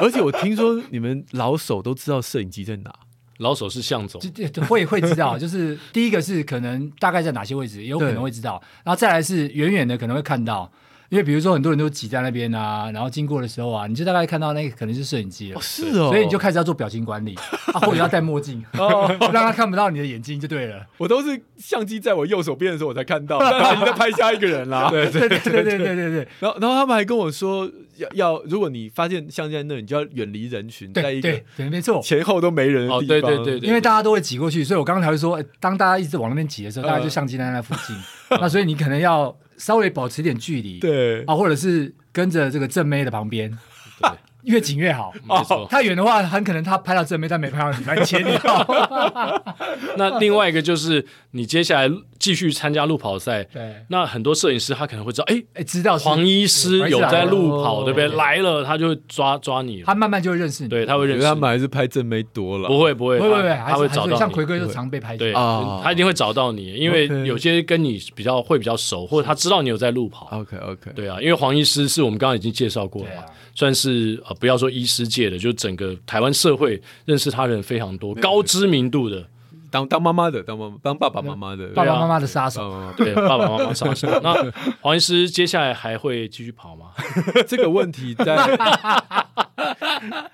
[SPEAKER 4] 而且我听说你们老手都知道摄影机在哪，
[SPEAKER 1] 老手是向总，
[SPEAKER 2] 就就会会知道，就是第一个是可能大概在哪些位置，有可能会知道，然后再来是远远的可能会看到，因为比如说很多人都挤在那边啊，然后经过的时候啊，你就大概看到那个可能是摄影机了
[SPEAKER 4] 哦，。是哦，
[SPEAKER 2] 所以你就开始要做表情管理，啊、或者要戴墨镜， 让他看不到你的眼睛就对了。
[SPEAKER 4] 我都是相机在我右手边的时候我才看到，但他已经在拍下一个人啦。对
[SPEAKER 2] 对对对对对对对
[SPEAKER 4] 然后，然后他们还跟我说，要要，如果你发现相机在那，你就要远离人群，在一
[SPEAKER 2] 对
[SPEAKER 4] 个
[SPEAKER 2] 对对，没错。
[SPEAKER 4] 前后都没人的
[SPEAKER 1] 哦，
[SPEAKER 4] 地
[SPEAKER 1] 对
[SPEAKER 4] 方。
[SPEAKER 1] 对对对，
[SPEAKER 2] 因为大家都会挤过去，所以我刚刚才会说，哎当大家一直往那边挤的时
[SPEAKER 1] 呃
[SPEAKER 2] 候，大家就相机在那附近， 那所以你可能要稍微保持一点距离，
[SPEAKER 4] 对
[SPEAKER 2] 啊，或者是跟着这个正妹的旁边，
[SPEAKER 1] 对
[SPEAKER 2] 越紧越好。哦
[SPEAKER 1] 没错。
[SPEAKER 2] 太远的话，很可能他拍到正面，但没拍到你，来切你 到。
[SPEAKER 1] 那另外一个就是你接下来继续参加路跑赛，
[SPEAKER 2] 对，
[SPEAKER 1] 那很多摄影师他可能会知道，哎，
[SPEAKER 2] 哎，知道是
[SPEAKER 1] 黄医师有在路跑，
[SPEAKER 2] 哦
[SPEAKER 1] 对不对？
[SPEAKER 2] 对
[SPEAKER 1] 来了，他就会抓抓你了，
[SPEAKER 2] 他慢慢就会认识你。
[SPEAKER 1] 对，他会
[SPEAKER 4] 我觉
[SPEAKER 1] 认
[SPEAKER 4] 得他
[SPEAKER 1] 识哦你。
[SPEAKER 4] 们还是拍正妹多了，
[SPEAKER 1] 不会不会，
[SPEAKER 2] 不会不会，
[SPEAKER 1] 他
[SPEAKER 2] 还
[SPEAKER 1] 他会
[SPEAKER 2] 是
[SPEAKER 1] 找
[SPEAKER 2] 还是像
[SPEAKER 1] 到
[SPEAKER 2] 奎
[SPEAKER 1] 你。
[SPEAKER 2] 哥就
[SPEAKER 4] 对
[SPEAKER 2] 常被拍
[SPEAKER 1] 对，
[SPEAKER 2] 到。
[SPEAKER 4] 哦
[SPEAKER 1] 他一定会找到你，因为
[SPEAKER 4] OK
[SPEAKER 1] 有些跟你比较会比较熟，或者他知道你有在路跑。
[SPEAKER 4] OK OK，
[SPEAKER 1] 对啊，因为黄医师是我们刚刚已经介绍过了
[SPEAKER 2] 对
[SPEAKER 1] 嘛
[SPEAKER 2] 啊，
[SPEAKER 1] 算是呃不要说医师界的，就整个台湾社会认识他的人非常多，高知名度 的。
[SPEAKER 4] 当当妈妈的，当妈妈当爸爸妈妈的，
[SPEAKER 2] 爸
[SPEAKER 4] 对
[SPEAKER 2] 爸
[SPEAKER 4] 啊
[SPEAKER 2] 妈妈的杀手，
[SPEAKER 1] 嗯
[SPEAKER 4] 爸爸妈妈。
[SPEAKER 1] 对，爸爸妈妈杀手。 那黄医师接下来还会继续跑吗？
[SPEAKER 4] 这个问题 在，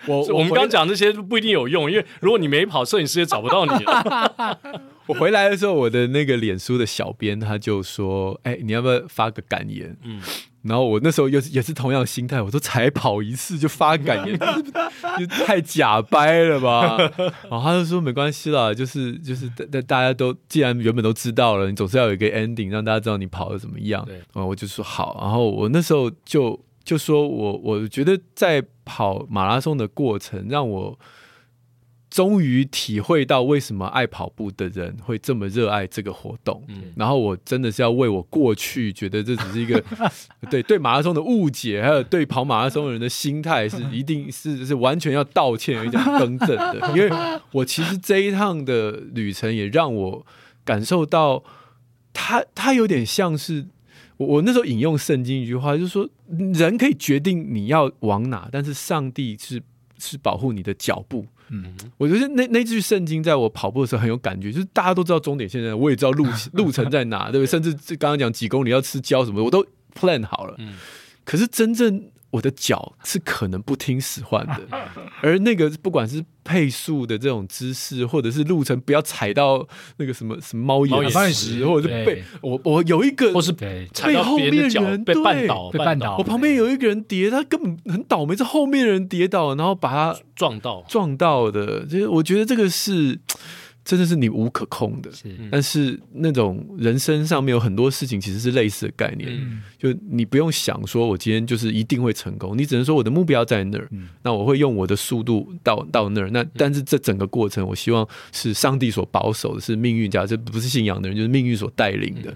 [SPEAKER 4] 我
[SPEAKER 1] 我们
[SPEAKER 4] 回
[SPEAKER 1] 刚讲这些不一定有用，因为如果你没跑，摄影师也找不到 你了。
[SPEAKER 4] 我回来的时候，我的那个脸书的小编他就说：“哎、你要不要发个感言？”嗯，然后我那时候又是也是同样的心态，我说才跑一次就发感言， 这不这太假掰了吧？然后他就说没关系啦，就是就是大大大家都既然原本都知道了，你总是要有一个 ending 让大家知道你跑的怎么样。
[SPEAKER 1] 对，
[SPEAKER 4] 然后我就说好，然后我那时候就就说我我觉得在跑马拉松的过程让我。终于体会到为什么爱跑步的人会这么热爱这个活动。
[SPEAKER 1] 嗯
[SPEAKER 4] 然后我真的是要为我过去觉得这只是一个对对马拉松的误解，还有对跑马拉松的人的心态是一定是是完全要道歉，有一点更正的。因为我其实这一趟的旅程也让我感受到它，它有点像是。我我那时候引用圣经一句话，就是说，人可以决定你要往哪，但是上帝是是保护你的脚步，我觉得那那句圣经在我跑步的时候很有感觉，就是大家都知道终点线在哪，我也知道路路程在哪，对不对？甚至这刚刚讲几公里要吃胶什么的，我都 plan 好了。
[SPEAKER 1] 嗯
[SPEAKER 4] 可是真正我的脚是可能不听使唤的，而那个不管是配速的这种姿势，或者是路程不要踩到那个什么什么猫
[SPEAKER 1] 猫
[SPEAKER 4] 眼
[SPEAKER 1] 眼
[SPEAKER 2] 石
[SPEAKER 4] 或者是被
[SPEAKER 2] 对
[SPEAKER 4] 我我有一个
[SPEAKER 1] 或是
[SPEAKER 2] 对，
[SPEAKER 1] 踩到别人的脚
[SPEAKER 4] 被后面人
[SPEAKER 1] 被绊
[SPEAKER 4] 对
[SPEAKER 1] 倒，
[SPEAKER 2] 被
[SPEAKER 1] 绊
[SPEAKER 2] 绊
[SPEAKER 1] 倒
[SPEAKER 2] 倒
[SPEAKER 4] 我旁边有一个人跌，他根本很倒霉，是后面的人跌倒，然后把他
[SPEAKER 1] 撞到。
[SPEAKER 4] 撞到的，就是我觉得这个是真的是你无可控的。
[SPEAKER 2] 是
[SPEAKER 1] 嗯
[SPEAKER 4] 但是那种人生上面有很多事情其实是类似的概念，
[SPEAKER 1] 嗯
[SPEAKER 4] 就你不用想说我今天就是一定会成功，你只能说我的目标在那儿，
[SPEAKER 1] 嗯
[SPEAKER 4] 那我会用我的速度到到那儿。那但是这整个过程，我希望是上帝所保守的，是命运家，这不是信仰的人，就是命运所带领
[SPEAKER 1] 嗯
[SPEAKER 4] 的。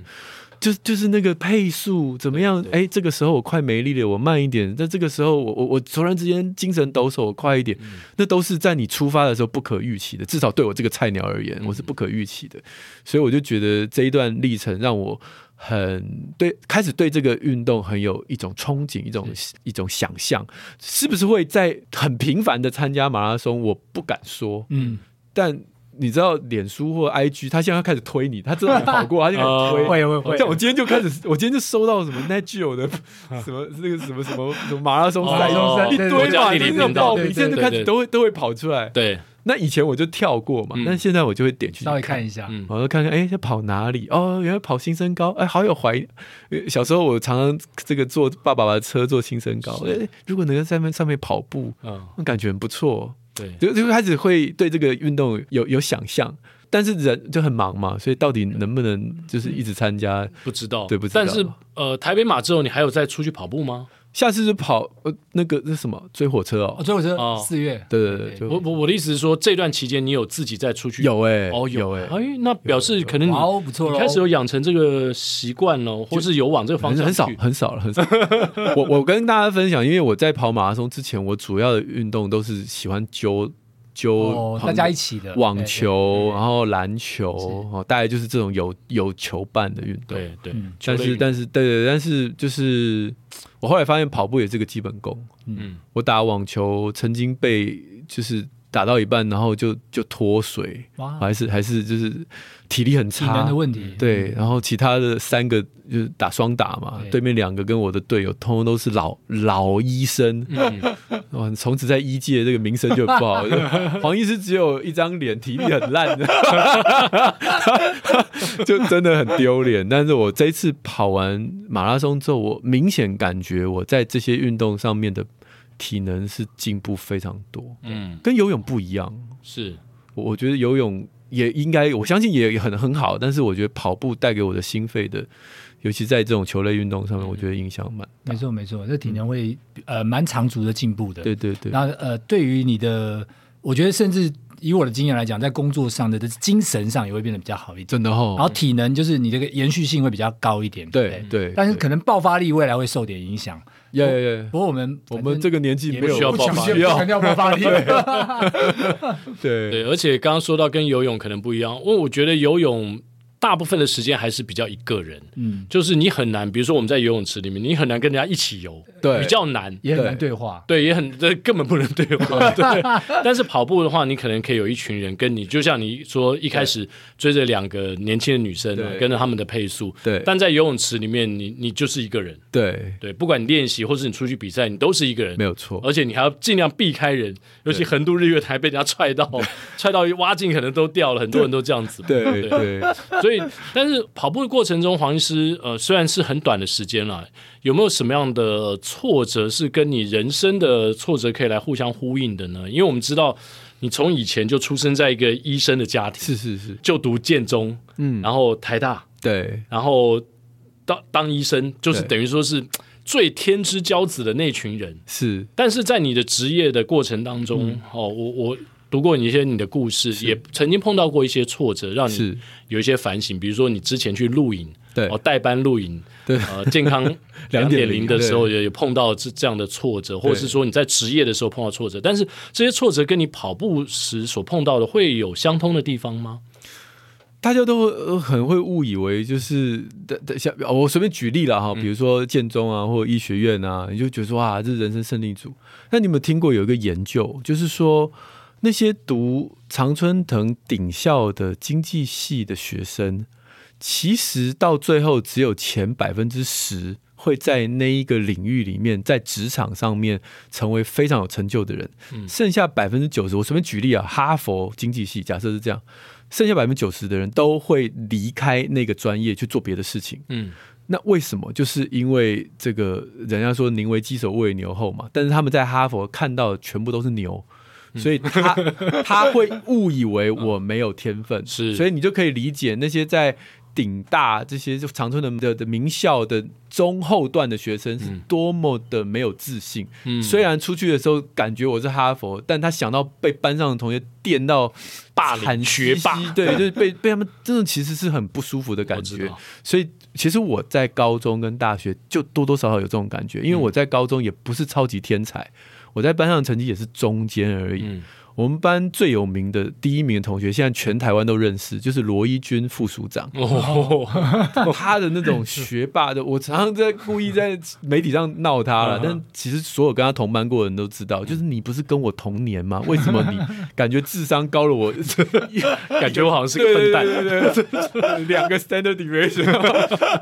[SPEAKER 4] 就就是那个配速怎么样？哎，这个时候我快没力了，我慢一点。那这个时候我我我突然之间精神抖擞，我快一点。那都是在你出发的时候不可预期的，至少对我这个菜鸟而言，我是不可预期的。所以我就觉得这一段历程让我很对，开始对这个运动很有一种憧憬，一种一种想象，是不是会在很频繁的参加马拉松？我不敢说，
[SPEAKER 2] 嗯，
[SPEAKER 4] 但你知道，脸书或 IG，他现在要开始推你，他知道你跑过，他就开始推。
[SPEAKER 1] 哦
[SPEAKER 2] 会会会
[SPEAKER 4] 像我今天就开始， 我今天就收到什么 n a g i o 的
[SPEAKER 1] 啊
[SPEAKER 4] 什么那个什么什么什么马拉松赛
[SPEAKER 2] 哦
[SPEAKER 4] 一
[SPEAKER 2] 对
[SPEAKER 4] 堆
[SPEAKER 2] 对
[SPEAKER 4] 嘛，
[SPEAKER 1] 对
[SPEAKER 4] 就是
[SPEAKER 1] 对
[SPEAKER 4] 那种
[SPEAKER 1] 对
[SPEAKER 4] 报名，
[SPEAKER 2] 对对
[SPEAKER 4] 现在就开
[SPEAKER 1] 对对
[SPEAKER 4] 始都会都会跑出来。
[SPEAKER 1] 对，
[SPEAKER 4] 那以前我就跳过嘛
[SPEAKER 1] 嗯，
[SPEAKER 4] 但现在我就会点去
[SPEAKER 2] 稍微看一下，
[SPEAKER 1] 嗯
[SPEAKER 4] 我就看看，哎、要跑哪里？哦，原来跑新身高，哎、好有怀。呃小时候我常常这个坐爸爸的车坐新身高，哎、如果能在上面上面跑步，
[SPEAKER 1] 嗯，
[SPEAKER 4] 那感觉很不错。哦
[SPEAKER 1] 对，
[SPEAKER 4] 就就开始会对这个运动有有想象，但是人就很忙嘛，所以到底能不能就是一直参加？
[SPEAKER 1] 不知道，
[SPEAKER 4] 对不知道
[SPEAKER 1] 但是呃，台北马之后，你还有再出去跑步吗？
[SPEAKER 4] 下次就跑呃那个那什么追火车
[SPEAKER 2] 哦，
[SPEAKER 4] 哦，
[SPEAKER 2] 所以我
[SPEAKER 1] 哦
[SPEAKER 2] 说四月，
[SPEAKER 4] 对对对，就
[SPEAKER 1] 我我我的意思是说，这段期间你有自己再出去
[SPEAKER 4] 有哎、
[SPEAKER 1] 哦有
[SPEAKER 4] 有哎、
[SPEAKER 1] 哎，那表示可能你
[SPEAKER 2] 哇哦，不错
[SPEAKER 1] 你
[SPEAKER 2] 喽，
[SPEAKER 1] 开始有养成这个习惯喽，或是有往这个方
[SPEAKER 4] 很
[SPEAKER 1] 向
[SPEAKER 4] 很少
[SPEAKER 1] 去
[SPEAKER 4] 很少了，很少。 我我跟大家分享，因为我在跑马拉松之前，我主要的运动都是喜欢揪揪、
[SPEAKER 2] 哦，大家一起的
[SPEAKER 4] 网
[SPEAKER 2] 对
[SPEAKER 4] 球，然后篮球，哦，大概就是这种有有球伴的运动。
[SPEAKER 1] 对对，
[SPEAKER 2] 嗯
[SPEAKER 1] 球
[SPEAKER 4] 但
[SPEAKER 1] 类
[SPEAKER 4] 是
[SPEAKER 1] 运
[SPEAKER 4] 但是对对，但是就是我后来发现跑步也是个基本功。
[SPEAKER 1] 嗯，
[SPEAKER 4] 我打网球曾经被就是打到一半，然后就就脱水，
[SPEAKER 2] 哇
[SPEAKER 4] 还是还是就是体力很
[SPEAKER 2] 体
[SPEAKER 4] 差，
[SPEAKER 2] 能的问题，
[SPEAKER 4] 对，然后其他的三个就是打双打嘛，
[SPEAKER 2] 对
[SPEAKER 4] 对面两个跟我的队友通通都是老老医生，
[SPEAKER 1] 嗯
[SPEAKER 4] 哇，从此在医界这个名声就很不好。 就黄医师只有一张脸，体力很烂， 就真的很丢脸。但是我这一次跑完马拉松之后，我明显感觉我在这些运动上面的体能是进步非常多，
[SPEAKER 1] 嗯
[SPEAKER 4] 跟游泳不一样。
[SPEAKER 1] 是
[SPEAKER 4] 我我觉得游泳也应该，我相信也很很好，但是我觉得跑步带给我的心肺的尤其在这种球类运动上面，我觉得影响蛮
[SPEAKER 2] 没错没错，这体能会、呃蛮长足的进步的。
[SPEAKER 4] 嗯对对对，
[SPEAKER 2] 那呃，对于你的，我觉得甚至以我的经验来讲，在工作上的精神上也会变得比较好一点，
[SPEAKER 4] 真的
[SPEAKER 2] 然后
[SPEAKER 4] 哦，
[SPEAKER 2] 体能就是你这个延续性会比较高一点。
[SPEAKER 4] 对对，
[SPEAKER 2] 但是
[SPEAKER 4] 对
[SPEAKER 2] 可能爆发力未来会受点影响。
[SPEAKER 4] 呀呀呀，
[SPEAKER 2] 不过我们
[SPEAKER 4] 我们这个年纪
[SPEAKER 2] 也
[SPEAKER 4] 没有
[SPEAKER 1] 需要爆发
[SPEAKER 4] 不需要
[SPEAKER 2] 强调爆发力。
[SPEAKER 4] 对
[SPEAKER 1] 对，而且刚刚说到跟游泳可能不一样，因为我觉得游泳大部分的时间还是比较一个人，
[SPEAKER 2] 嗯，
[SPEAKER 1] 就是你很难，比如说我们在游泳池里面，你很难跟人家一起游，
[SPEAKER 4] 对
[SPEAKER 1] 比较难。
[SPEAKER 2] 也很难对话。
[SPEAKER 1] 对，也很这根本不能对 话。对，但是跑步的话，你可能可以有一群人跟你，就像你说一开始追着两个年轻的女生、啊，
[SPEAKER 4] 对
[SPEAKER 1] 跟着他们的配速。
[SPEAKER 4] 对
[SPEAKER 1] 但在游泳池里面，你你就是一个人。
[SPEAKER 4] 对，
[SPEAKER 1] 对，不管你练习或是你出去比赛，你都是一个人。
[SPEAKER 4] 没有错，
[SPEAKER 1] 而且你还要尽量避开人，尤其横渡日月潭被人家踹 到，踹到挖镜可能都掉了，很多人都这样子。
[SPEAKER 4] 对对，
[SPEAKER 1] 所以，但是跑步的过程中，黄医师呃虽然是很短的时间了，有没有什么样的挫折是跟你人生的挫折可以来互相呼应的呢？因为我们知道你从以前就出生在一个医生的家庭，
[SPEAKER 4] 是是是，
[SPEAKER 1] 就读建中，
[SPEAKER 4] 嗯，
[SPEAKER 1] 然后台大，
[SPEAKER 4] 对
[SPEAKER 1] 然后当当医生，就是
[SPEAKER 4] 对
[SPEAKER 1] 等于说是最天之骄子的那群人。
[SPEAKER 4] 是，
[SPEAKER 1] 但是在你的职业的过程当中，
[SPEAKER 4] 嗯
[SPEAKER 1] 哦，我我读过你一些你的故事，也曾经碰到过一些挫折，让你
[SPEAKER 4] 是
[SPEAKER 1] 有一些反省。比如说你之前去露营，
[SPEAKER 4] 对
[SPEAKER 1] 哦，代班露营，
[SPEAKER 4] 对
[SPEAKER 1] 呃，健康 两点零
[SPEAKER 4] 2.0
[SPEAKER 1] 的时候也也碰到这这样的挫折，或者是说你在职业的时候碰到挫折，但是这些挫折跟你跑步时所碰到的会有相通的地方吗？
[SPEAKER 4] 大家都会呃很会误以为就是的的像哦我随便举例了哈，比如说建中啊或者医学院啊，你就觉得说啊这是人生胜利组。那你有没有听过有一个研究，就是说那些读常春藤顶校的经济系的学生，其实到最后只有前百分之十会在那一个领域里面，在职场上面成为非常有成就的人，剩下百分之九十，我随便举例啊，哈佛经济系假设是这样，剩下百分之九十的人都会离开那个专业去做别的事情。
[SPEAKER 1] 嗯，
[SPEAKER 4] 那为什么？就是因为这个人家说宁为鸡首不为牛后嘛，但是他们在哈佛看到的全部都是牛。
[SPEAKER 1] 嗯
[SPEAKER 4] 所 以他他会误以为我没有天分，
[SPEAKER 1] 嗯是
[SPEAKER 4] 所以你就可以理解那些在顶大这些就长春的的的名校的中后段的学生是多么的没有自信。
[SPEAKER 1] 嗯
[SPEAKER 4] 虽然出去的时候感觉我是哈佛，但他想到被班上的同学电到
[SPEAKER 1] 霸凌
[SPEAKER 4] 惨兮
[SPEAKER 1] 学
[SPEAKER 4] 兮
[SPEAKER 1] 霸
[SPEAKER 4] 对，就是被被他们真的其实是很不舒服的感
[SPEAKER 1] 我知
[SPEAKER 4] 觉
[SPEAKER 1] 道。
[SPEAKER 4] 所以其实我在高中跟大学就多多少少有这种感觉，
[SPEAKER 1] 嗯
[SPEAKER 4] 因为我在高中也不是超级天才，我在班上的成绩也是中间而已。
[SPEAKER 1] 嗯
[SPEAKER 4] 我们班最有名的第一名的同学，现在全台湾都认识，就是罗一军副 署长。
[SPEAKER 1] 哦，
[SPEAKER 4] 他的那种学霸的，我常常在故意在媒体上闹他了
[SPEAKER 1] 嗯。
[SPEAKER 4] 但其实所有跟他同班过的人都知道，就是你不是跟我同年吗？为什么 你感觉智商高了我？
[SPEAKER 1] 感觉我好像是个笨蛋。
[SPEAKER 4] 对对对对对，两个 standard deviation，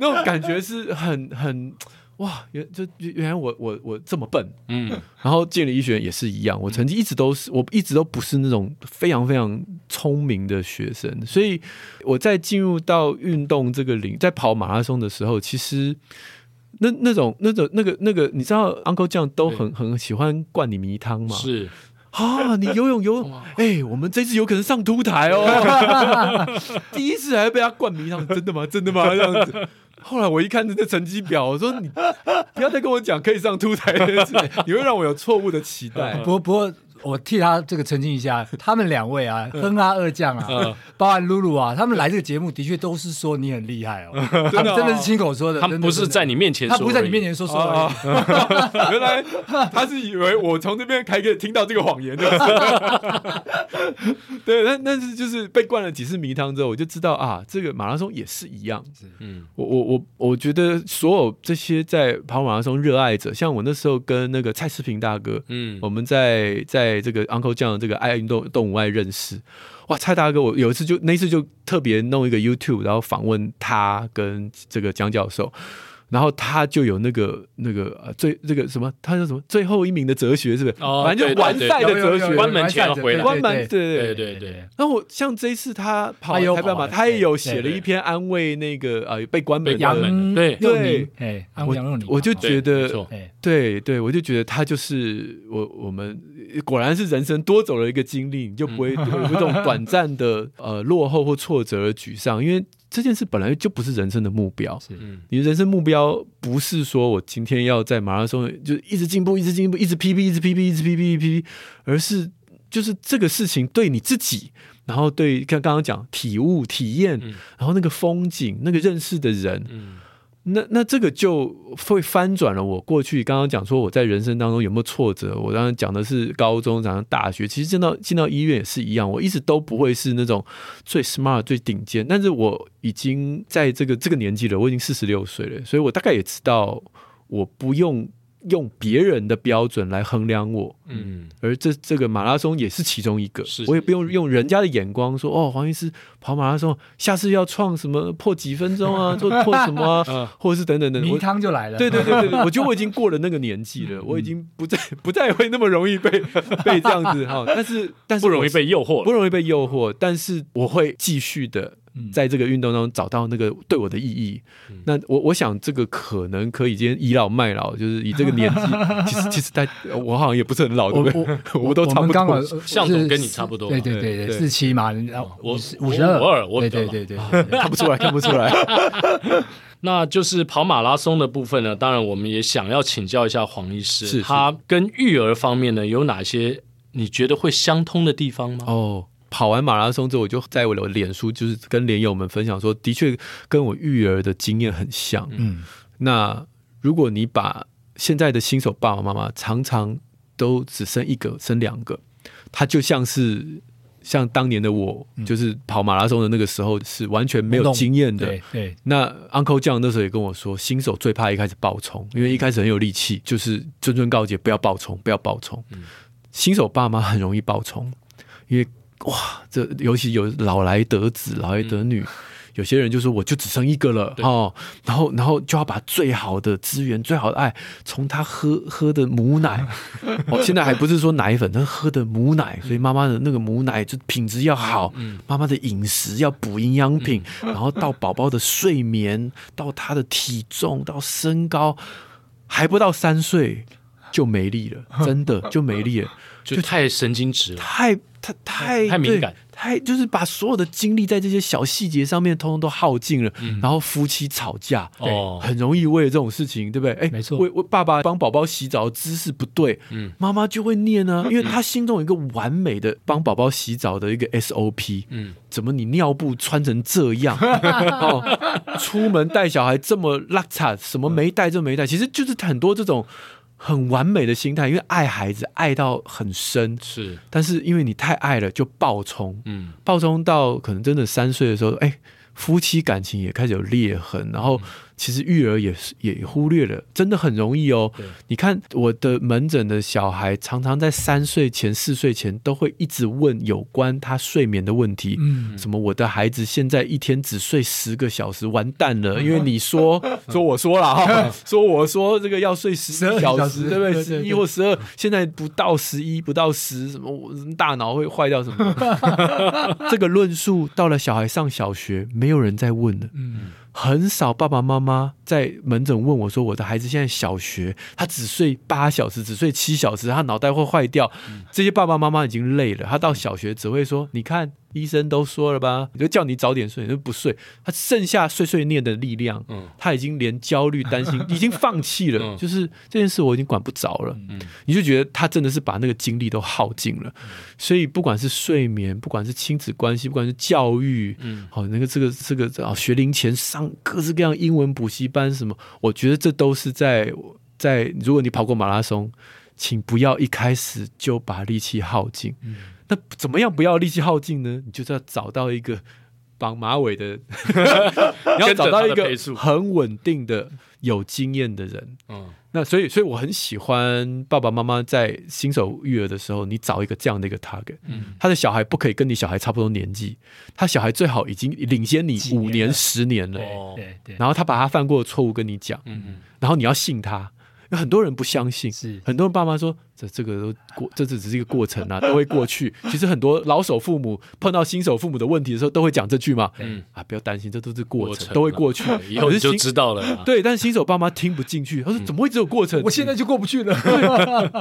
[SPEAKER 4] 那种感觉是很很哇，原就原来我我我这么笨，
[SPEAKER 1] 嗯，
[SPEAKER 4] 然后建理医学院也是一样，我成绩一直都是，我一直都不是那种非常非常聪明的学生，所以我在进入到运动这个领，在跑马拉松的时候，其实那那种那种那个那个，你知道 Uncle 酱都很很喜欢灌你迷汤嘛？
[SPEAKER 1] 是
[SPEAKER 4] 啊，你游泳游泳，哎、我们这次有可能上凸台哦，第一次还被他灌迷汤，真的吗？真的吗？这样子。后来我一看这成绩表，我说你不要再跟我讲可以上凸台这件事，你会让我有错误的期 待。
[SPEAKER 2] 不过
[SPEAKER 1] 嗯
[SPEAKER 2] 不过，我替他这个澄清 一下，他们两位啊，
[SPEAKER 1] 嗯
[SPEAKER 2] 哼啊二将啊，包含露露啊，他们来这个节目的确都是说你很厉害 哦，他们真的是亲口说的，
[SPEAKER 1] 他们
[SPEAKER 2] 真的
[SPEAKER 1] 不是在。你面前
[SPEAKER 2] 真
[SPEAKER 1] 说
[SPEAKER 2] 的
[SPEAKER 1] 而已，哦
[SPEAKER 2] 他不是在你面前说说而已，
[SPEAKER 4] 啊 原来他是以为我从这边还可以听到这个谎言，对吧 对，但但是就是被灌了几次迷汤之后，我就知道啊，这个马拉松也是一样。
[SPEAKER 1] 嗯，
[SPEAKER 4] 我我我我觉得所有这些在跑马拉松热爱者，像我那时候跟那个蔡世平大哥，
[SPEAKER 1] 嗯
[SPEAKER 4] 我们在在这个 Uncle 酱这个爱运动动物爱认识。哇，蔡大哥，我有一次就那一次就特别弄一个 YouTube，然后访问他跟这个江教授，然后他就有那个那个呃最这个什么，他叫什么最后一名的哲学是不是？
[SPEAKER 1] 哦
[SPEAKER 4] 反正
[SPEAKER 1] 对
[SPEAKER 4] 就
[SPEAKER 1] 对
[SPEAKER 4] 完
[SPEAKER 1] 对
[SPEAKER 4] 赛的
[SPEAKER 2] 有有有
[SPEAKER 4] 哲
[SPEAKER 2] 有有
[SPEAKER 4] 学，
[SPEAKER 1] 关门前要回来
[SPEAKER 4] 关
[SPEAKER 2] 对
[SPEAKER 4] 门
[SPEAKER 2] 对
[SPEAKER 4] 对
[SPEAKER 1] 对
[SPEAKER 4] 对。
[SPEAKER 1] 对对，
[SPEAKER 4] 那我像这一次他跑
[SPEAKER 2] 他有
[SPEAKER 4] 台北
[SPEAKER 2] 跑
[SPEAKER 4] 马，
[SPEAKER 2] 完
[SPEAKER 4] 他也有
[SPEAKER 2] 对
[SPEAKER 4] 写了
[SPEAKER 1] 对
[SPEAKER 4] 一篇安慰那个呃被关门
[SPEAKER 1] 被关
[SPEAKER 4] 的
[SPEAKER 1] 门对
[SPEAKER 2] 幼
[SPEAKER 4] 对
[SPEAKER 2] 宁，哎，安
[SPEAKER 4] 我
[SPEAKER 2] 阳若宁，
[SPEAKER 4] 我就
[SPEAKER 2] 哦
[SPEAKER 4] 觉
[SPEAKER 1] 对没
[SPEAKER 4] 得
[SPEAKER 1] 错
[SPEAKER 2] 哎，
[SPEAKER 4] 对对，我就觉得他就是我，我们果然是人生多走
[SPEAKER 1] 嗯
[SPEAKER 4] 了一个经历，你就不会有这种短暂的呃落后或挫折而沮丧，因为这件事本来就不是人生的目标。
[SPEAKER 2] 是
[SPEAKER 1] 嗯，
[SPEAKER 4] 你的人生目标不是说我今天要在马拉松就一直进步，一直进步，一直 PB，一直 PB，一直 PB，一直 PB，而是就是这个事情对你自己，然后对刚刚刚讲体悟、体验，
[SPEAKER 1] 嗯
[SPEAKER 4] 然后那个风景、那个认识的人，
[SPEAKER 1] 嗯
[SPEAKER 4] 那那这个就会翻转了我过去刚刚讲说我在人生当中有没有挫折，我刚刚讲的是高中，讲的大学，其实进到进到医院也是一样，我一直都不会是那种最 smart 最顶尖，但是我已经在这个这个年纪了，我已经四十六岁了，所以我大概也知道我不用用别人的标准来衡量我，
[SPEAKER 1] 嗯，
[SPEAKER 4] 而这这个马拉松也是其中一个
[SPEAKER 1] 是，
[SPEAKER 4] 我也不用用人家的眼光说哦，黄医师跑马拉松下次要创什么破几分钟 啊，做破什么啊，
[SPEAKER 1] 嗯
[SPEAKER 4] 或者是等等等，
[SPEAKER 2] 迷
[SPEAKER 4] 我
[SPEAKER 2] 汤就
[SPEAKER 1] 啊
[SPEAKER 2] 来了。
[SPEAKER 4] 对对对对，对我觉得我已经过了那个年 纪了，
[SPEAKER 1] 嗯
[SPEAKER 4] 我已经不再不再会那么容易被 被这样子哈，但是但是
[SPEAKER 1] 不容易
[SPEAKER 4] 我
[SPEAKER 1] 被诱惑
[SPEAKER 4] 不。容易被诱惑，但是我会继续的
[SPEAKER 2] 嗯
[SPEAKER 4] 在这个运动当中找到那个对我的意义。那我我想这个可能可以今天倚老卖老，就是以这个年纪， 其实其实大我好像也不是很老，对不对？ 我都
[SPEAKER 2] 我
[SPEAKER 4] 差
[SPEAKER 2] 们
[SPEAKER 4] 不
[SPEAKER 2] 刚好
[SPEAKER 4] 多。
[SPEAKER 2] 呃
[SPEAKER 1] 向
[SPEAKER 2] 是
[SPEAKER 1] 总跟你差不多
[SPEAKER 2] 对
[SPEAKER 1] 嘛
[SPEAKER 2] 对对对，
[SPEAKER 4] 对
[SPEAKER 2] 四七嘛，然后
[SPEAKER 1] 我
[SPEAKER 2] 五十二，
[SPEAKER 1] 我52我啊比较
[SPEAKER 2] 对对
[SPEAKER 1] 老
[SPEAKER 2] 对对对，对
[SPEAKER 4] 看不出来，看 不出来。
[SPEAKER 1] 那就是跑马拉松的部分呢，当然我们也想要请教一下黄医师，
[SPEAKER 4] 是是
[SPEAKER 1] 他跟育儿方面呢有哪些你觉得会相通的地方吗？
[SPEAKER 4] 哦，跑完马拉松之后，我就在我的脸书，就是跟连友们分享说，的确跟我育儿的经验很像。
[SPEAKER 2] 嗯，
[SPEAKER 4] 那如果你把现在的新手爸爸妈妈常常都只生一个、生两个，他就像是像当年的我，就是跑马拉松的那个时候是完全没有经验的
[SPEAKER 2] 对。对，
[SPEAKER 4] 那 Uncle 酱那时候也跟我说，新手最怕一开始爆冲，因为一开始很有力气，就是谆谆告诫不要爆冲，不要爆冲。新手爸妈很容易爆冲，因为哇，这尤其有老来得子、老来得女，有些人就说我就只生一个了
[SPEAKER 1] 对
[SPEAKER 4] 哦，然后然后就要把最好的资源、最好的爱从他喝喝的母奶，哦，现在还不是说奶粉，他喝的母奶，所以妈妈的那个母奶就品质要好，妈妈的饮食要补营养品，然后到宝宝的睡眠，到他的体重，到身高，还不到三岁就没力了，真的就没力了。
[SPEAKER 1] 就太神经质了。
[SPEAKER 4] 太太太
[SPEAKER 1] 太敏感
[SPEAKER 4] 对太就是把所有的精力在这些小细节上面，通通都耗尽了。然后夫妻吵架，
[SPEAKER 1] 嗯哦
[SPEAKER 4] 很容易为了这种事情，对不对？哎，
[SPEAKER 2] 没错
[SPEAKER 4] 为为爸爸帮宝宝洗澡的姿势不对，
[SPEAKER 1] 嗯
[SPEAKER 4] 妈妈就会 念啊，因为她心中有一个完美的帮宝宝洗澡的一个 SOP，
[SPEAKER 1] 嗯，
[SPEAKER 4] 怎么你尿布穿成这样？哦，出门带小孩这么拉遢，什么没带这没带，其实就是很多这种。很完美的心态，因为爱孩子爱到很深，
[SPEAKER 1] 是，
[SPEAKER 4] 但是因为你太爱了，就爆冲，
[SPEAKER 1] 嗯
[SPEAKER 4] 爆冲到可能真的三岁的时候，哎，夫妻感情也开始有裂痕，然后其实育儿也是也忽略了，真的很容易哦
[SPEAKER 1] 对。
[SPEAKER 4] 你看我的门诊的小孩，常常在三岁前、四岁前都会一直问有关他睡眠的问题，
[SPEAKER 2] 嗯，
[SPEAKER 4] 什么我的孩子现在一天只睡十个小时，完蛋了，
[SPEAKER 2] 嗯
[SPEAKER 4] 因为你说 说我说了哈，说我说这个要睡十
[SPEAKER 2] 12
[SPEAKER 4] 一小
[SPEAKER 2] 小
[SPEAKER 4] 时，
[SPEAKER 2] 时
[SPEAKER 4] 对不对？
[SPEAKER 2] 对对
[SPEAKER 4] 十一
[SPEAKER 2] 对
[SPEAKER 4] 或十二，现在不到十一，不到十，什么我大脑会坏掉什么 的？这个论述到了小孩上小学，没有人再问了。
[SPEAKER 2] 嗯，
[SPEAKER 4] 很少爸爸妈妈在门诊问我说，我的孩子现在小学，他只睡八小时，只睡七小时，他脑袋会坏掉。这些爸爸妈妈已经累了，他到小学只会说，你看医生都说了吧，就叫你早点睡，你就不睡，他剩下碎碎念的力量，
[SPEAKER 1] 嗯
[SPEAKER 4] 他已经连焦虑、担心已经放弃了，
[SPEAKER 1] 嗯
[SPEAKER 4] 就是这件事我已经管不着了。你就觉得他真的是把那个精力都耗尽了，
[SPEAKER 1] 嗯
[SPEAKER 4] 所以不管是睡眠，不管是亲子关系，不管是教育，
[SPEAKER 1] 嗯，
[SPEAKER 4] 好、那个这个这个啊、学龄前上各式各样英文补习班什么，我觉得这都是在在如果你跑过马拉松，请不要一开始就把力气耗尽。
[SPEAKER 1] 嗯
[SPEAKER 4] 那怎么样不要力气耗尽呢？你就是要找到一个绑马 尾的，你要
[SPEAKER 1] 跟着
[SPEAKER 4] 找到
[SPEAKER 1] 他
[SPEAKER 4] 一
[SPEAKER 1] 的
[SPEAKER 4] 个
[SPEAKER 1] 配速
[SPEAKER 4] 很稳定的、有经验的人。
[SPEAKER 1] 嗯
[SPEAKER 4] 那所以，所以我很喜欢爸爸妈妈在新手育儿的时候，你找一个这样的一个 target，、
[SPEAKER 1] 嗯
[SPEAKER 4] 他的小孩不可以跟你小孩差不多年纪，他小孩最好已经领先你
[SPEAKER 2] 几年
[SPEAKER 4] 五年、
[SPEAKER 2] 了
[SPEAKER 4] 十年了，
[SPEAKER 1] 哦
[SPEAKER 2] 对对，
[SPEAKER 4] 然后他把他犯过的错误跟你讲，
[SPEAKER 1] 嗯
[SPEAKER 4] 然后你要信他。有很多人不相信，
[SPEAKER 2] 是
[SPEAKER 4] 很多人爸妈说这这个都过，这只只是一个过程啊，都会过去。其实很多老手父母碰到新手父母的问题的时候，都会讲这句嘛，
[SPEAKER 1] 嗯
[SPEAKER 4] 啊，不要担心，这都是过
[SPEAKER 1] 过
[SPEAKER 4] 程，
[SPEAKER 1] 程
[SPEAKER 4] 都会
[SPEAKER 1] 嘛
[SPEAKER 4] 过去。
[SPEAKER 1] 以后
[SPEAKER 4] 可
[SPEAKER 1] 你
[SPEAKER 4] 是
[SPEAKER 1] 就
[SPEAKER 4] 新
[SPEAKER 1] 知道了啊。
[SPEAKER 4] 对，但是新手爸妈听不进去，他说怎么会只有过程？
[SPEAKER 2] 嗯我现在就过不 去了。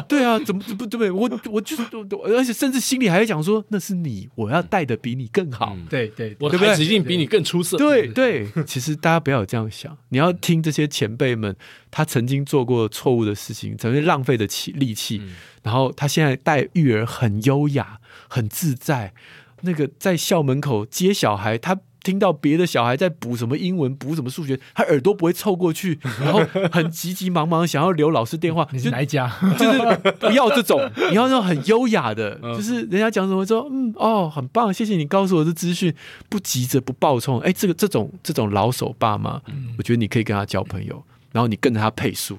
[SPEAKER 4] 对啊，怎么怎么对不对？我我就是，我而且甚至心里还在讲说，那是你，我
[SPEAKER 2] 嗯
[SPEAKER 4] 要带的比你更好。
[SPEAKER 1] 嗯
[SPEAKER 2] 对对，
[SPEAKER 1] 我的
[SPEAKER 4] 对不对
[SPEAKER 1] 孩子一定比你更出色。嗯
[SPEAKER 4] 对对，其实大家不要有这样想，你要听这些前辈们，他曾经做过错误的事情，曾经浪费的气力气，
[SPEAKER 1] 嗯
[SPEAKER 4] 然后他现在带育儿很优雅，很自在。那个在校门口接小孩，他听到别的小孩在补什么英文，补什么数学，他耳朵不会凑过去，然后很急急忙忙想要留老师电话，
[SPEAKER 2] 你
[SPEAKER 4] 就是
[SPEAKER 2] 哪一家？
[SPEAKER 4] 就是不要这种，你要那种很优雅的，
[SPEAKER 1] 嗯
[SPEAKER 4] 就是人家讲什么说，嗯，哦，很棒，谢谢你告诉我这资讯，不急着，不暴冲，哎，这个这种这种老手爸妈，我觉得你可以跟他交朋友，然后你跟着他配速，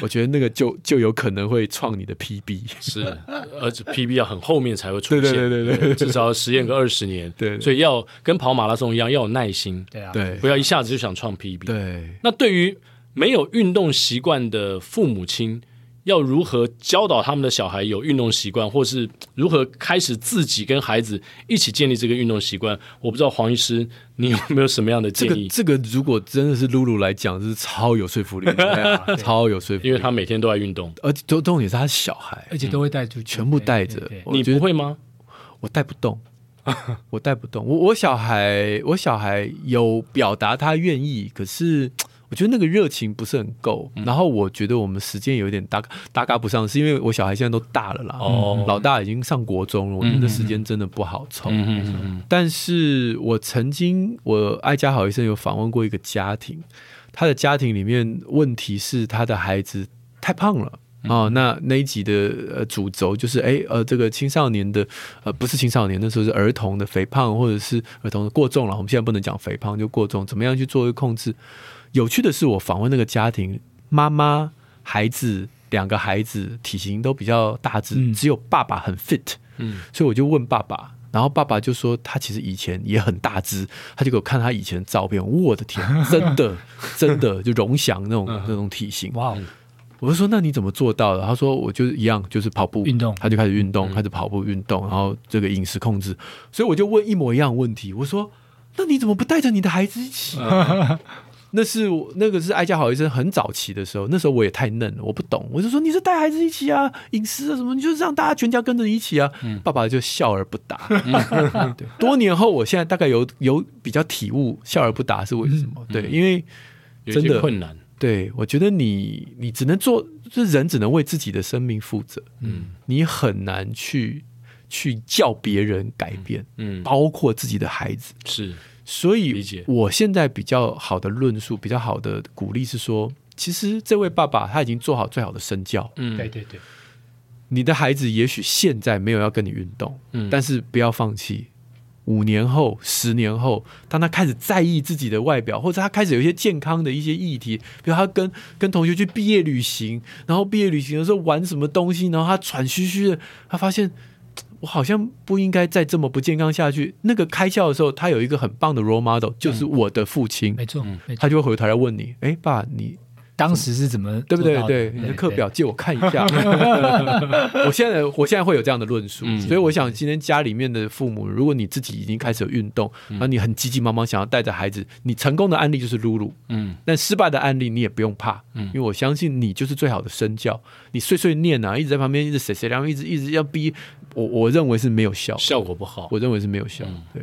[SPEAKER 4] 我觉得那个就就有可能会创你的 PB，
[SPEAKER 1] 是，而且 PB 要很后面才会出
[SPEAKER 4] 对
[SPEAKER 1] 现，
[SPEAKER 4] 对对对对
[SPEAKER 1] 至少要实验个二十年，
[SPEAKER 4] 对对
[SPEAKER 1] 所以要跟跑马拉松一样要有耐心，
[SPEAKER 2] 对啊，
[SPEAKER 4] 对
[SPEAKER 1] 不要一下子就想创 PB。，
[SPEAKER 4] 对，
[SPEAKER 1] 那对于没有运动习惯的父母亲，要如何教导他们的小孩有运动习惯，或是如何开始自己跟孩子一起建立这个运动习惯？我不知道黄医师，你有没有什么样的
[SPEAKER 4] 这
[SPEAKER 1] 建
[SPEAKER 4] 个
[SPEAKER 1] 议？
[SPEAKER 4] 这个如果真的是露露来讲，这是超有说服力的，超有说服
[SPEAKER 1] 因为
[SPEAKER 4] 力，
[SPEAKER 1] 他每天都在运动，
[SPEAKER 4] 而且重重点是他是小孩，啊
[SPEAKER 2] 而且都会带出去，
[SPEAKER 4] 嗯全部带着
[SPEAKER 2] 对对，对
[SPEAKER 4] 我
[SPEAKER 1] 你
[SPEAKER 4] 觉得
[SPEAKER 1] 不会吗？
[SPEAKER 4] 我带不动， 我带不动。我我小孩，我小孩有表达他愿意，可是我觉得那个热情不是很够。
[SPEAKER 1] 嗯
[SPEAKER 4] 然后我觉得我们时间有点搭搭嘎不上，是因为我小孩现在都大了啦，
[SPEAKER 1] 哦
[SPEAKER 4] 老大已经上国中了，我觉得时间真的不好凑。
[SPEAKER 1] 嗯嗯嗯嗯，
[SPEAKER 4] 但是我曾经，我爱家好医生有访问过一个家庭，他的家庭里面问题是他的孩子太胖了。
[SPEAKER 2] 嗯
[SPEAKER 4] 哦，那那一集的呃主轴就是，哎呃，这个青少年的呃不是青少年，那时候是儿童的肥胖或者是儿童的过重了。我们现在不能讲肥胖，就过重，怎么样去做一个控制？有趣的是，我访问那个家庭，妈妈、孩子两个孩子体型都比较大只，
[SPEAKER 2] 嗯
[SPEAKER 4] 只有爸爸很 fit。
[SPEAKER 1] 嗯，
[SPEAKER 4] 所以我就问爸爸，然后爸爸就说他其实以前也很大只，他就给我看他以前的照片，我的天，真的真的就荣翔那种那种体型。
[SPEAKER 2] 嗯哇哦，
[SPEAKER 4] 我就说那你怎么做到的？他说我就是一样，就是跑步
[SPEAKER 2] 运动嗯
[SPEAKER 4] 他就开始运动，开始跑步运动，然后这个饮食控制。所以我就问一模一样的问题，我说那你怎么不带着你的孩子一起？啊那是我那个是爱家好医生很早期的时候，那时候我也太嫩了，我不懂，我就说你是带孩子一起啊，饮食啊什么，你就让大家全家跟着一起啊。
[SPEAKER 2] 嗯
[SPEAKER 4] 爸爸就笑而不答。 对，多年后，我现在大概有有比较体悟，笑而不答是为什么？
[SPEAKER 2] 嗯
[SPEAKER 4] 对，因为
[SPEAKER 1] 有一
[SPEAKER 4] 真
[SPEAKER 1] 些
[SPEAKER 4] 的
[SPEAKER 1] 困难，
[SPEAKER 4] 对，我觉得你你只能做，就是人只能为自己的生命负责，
[SPEAKER 1] 嗯
[SPEAKER 4] 你很难去去叫别人改变，
[SPEAKER 1] 嗯，
[SPEAKER 4] 包括自己的孩子。
[SPEAKER 1] 是，
[SPEAKER 4] 所
[SPEAKER 1] 理
[SPEAKER 4] 以
[SPEAKER 1] 解，
[SPEAKER 4] 我现在比较好的论述，比较好的鼓励是说，其实这位爸爸他已经做好最好的身教。
[SPEAKER 1] 嗯，
[SPEAKER 2] 对对对，
[SPEAKER 4] 你的孩子也许现在没有要跟你运动，
[SPEAKER 1] 嗯
[SPEAKER 4] 但是不要放弃。五年后、十年后，当他开始在意自己的外表，或者他开始有一些健康的一些议题，比如他跟跟同学去毕业旅行，然后毕业旅行的时候玩什么东西，然后他喘吁吁的，他发现嘖我好像不应该再这么不健康下去。那个开窍的时候，他有一个很棒的 role model，就是我的父亲，
[SPEAKER 2] 嗯没错，没错。
[SPEAKER 4] 嗯他就会回头来问你：“哎，爸，你
[SPEAKER 2] 当时是怎么
[SPEAKER 4] 对
[SPEAKER 2] 做
[SPEAKER 4] 不对
[SPEAKER 2] 到？的
[SPEAKER 4] 对，你的课表借我看一下。我现在我现在会有这样的论述，
[SPEAKER 1] 嗯
[SPEAKER 4] 所以我想今天家里面的父母，如果你自己已经开始有运动，然后你很急急忙忙想要带着孩子，你成功的案例就是露露，
[SPEAKER 1] 嗯
[SPEAKER 4] 但失败的案例你也不用怕，
[SPEAKER 1] 嗯
[SPEAKER 4] 因为我相信你就是最好的身教。你碎碎念啊，一直在旁边一直谁谁然后一直一直要逼我，我认为是没有效，
[SPEAKER 1] 效果不好。
[SPEAKER 4] 我认为是没有效。对，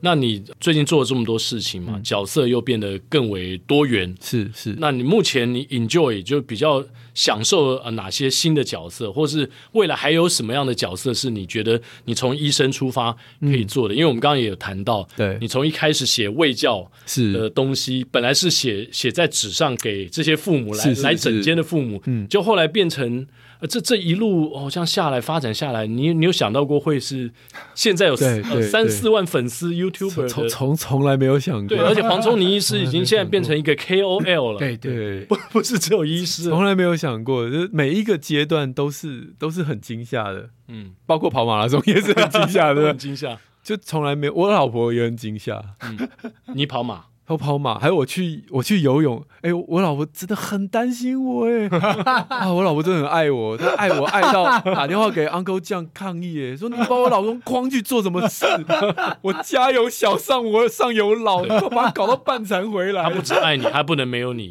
[SPEAKER 1] 那你最近做了这么多事情嘛，角色又变得更为多元。
[SPEAKER 4] 是是。
[SPEAKER 1] 那你目前你 enjoy 就比较享受呃哪些新的角色，或是未来还有什么样的角色是你觉得你从医生出发可以做的？因为我们刚刚也有谈到，
[SPEAKER 4] 对
[SPEAKER 1] 你从一开始写卫教
[SPEAKER 4] 是
[SPEAKER 1] 的东西，本来是写写在纸上给这些父母来
[SPEAKER 4] 是是
[SPEAKER 1] 来
[SPEAKER 4] 是嗯
[SPEAKER 1] 整间的父母，就后来变成。呃这这一路哦，这样下来发展下来，你你有想到过会是现在有
[SPEAKER 4] 对
[SPEAKER 1] 呃
[SPEAKER 4] 对
[SPEAKER 1] 三
[SPEAKER 4] 对
[SPEAKER 1] 四万粉丝 YouTuber
[SPEAKER 4] 从
[SPEAKER 1] 的
[SPEAKER 4] 从从来没有想
[SPEAKER 1] 呃
[SPEAKER 4] 过，
[SPEAKER 1] 对，而且黄忠尼医师已经现在变成一 个 KOL 了，
[SPEAKER 2] 对对
[SPEAKER 4] 对，
[SPEAKER 1] 不是只有医师了，
[SPEAKER 4] 从来没有想过，就是每一个阶段都是都是很惊吓的，
[SPEAKER 1] 嗯，
[SPEAKER 4] 包括跑马拉松也是很惊 吓
[SPEAKER 1] 都很
[SPEAKER 4] 的，
[SPEAKER 1] 惊吓。
[SPEAKER 4] 就从来没有。我老婆也很惊吓，
[SPEAKER 1] 你跑马，
[SPEAKER 4] 我跑马，还有我去我去游泳，哎、我老婆真的很担心我哎、啊，我老婆真的很爱我，她爱我爱到打电话给 Uncle 酱抗议哎、说你把我老公框去做什么事？我家有小上我上有老，你给我把他搞到半残回来
[SPEAKER 1] 他。不只爱你，还不能没有 你。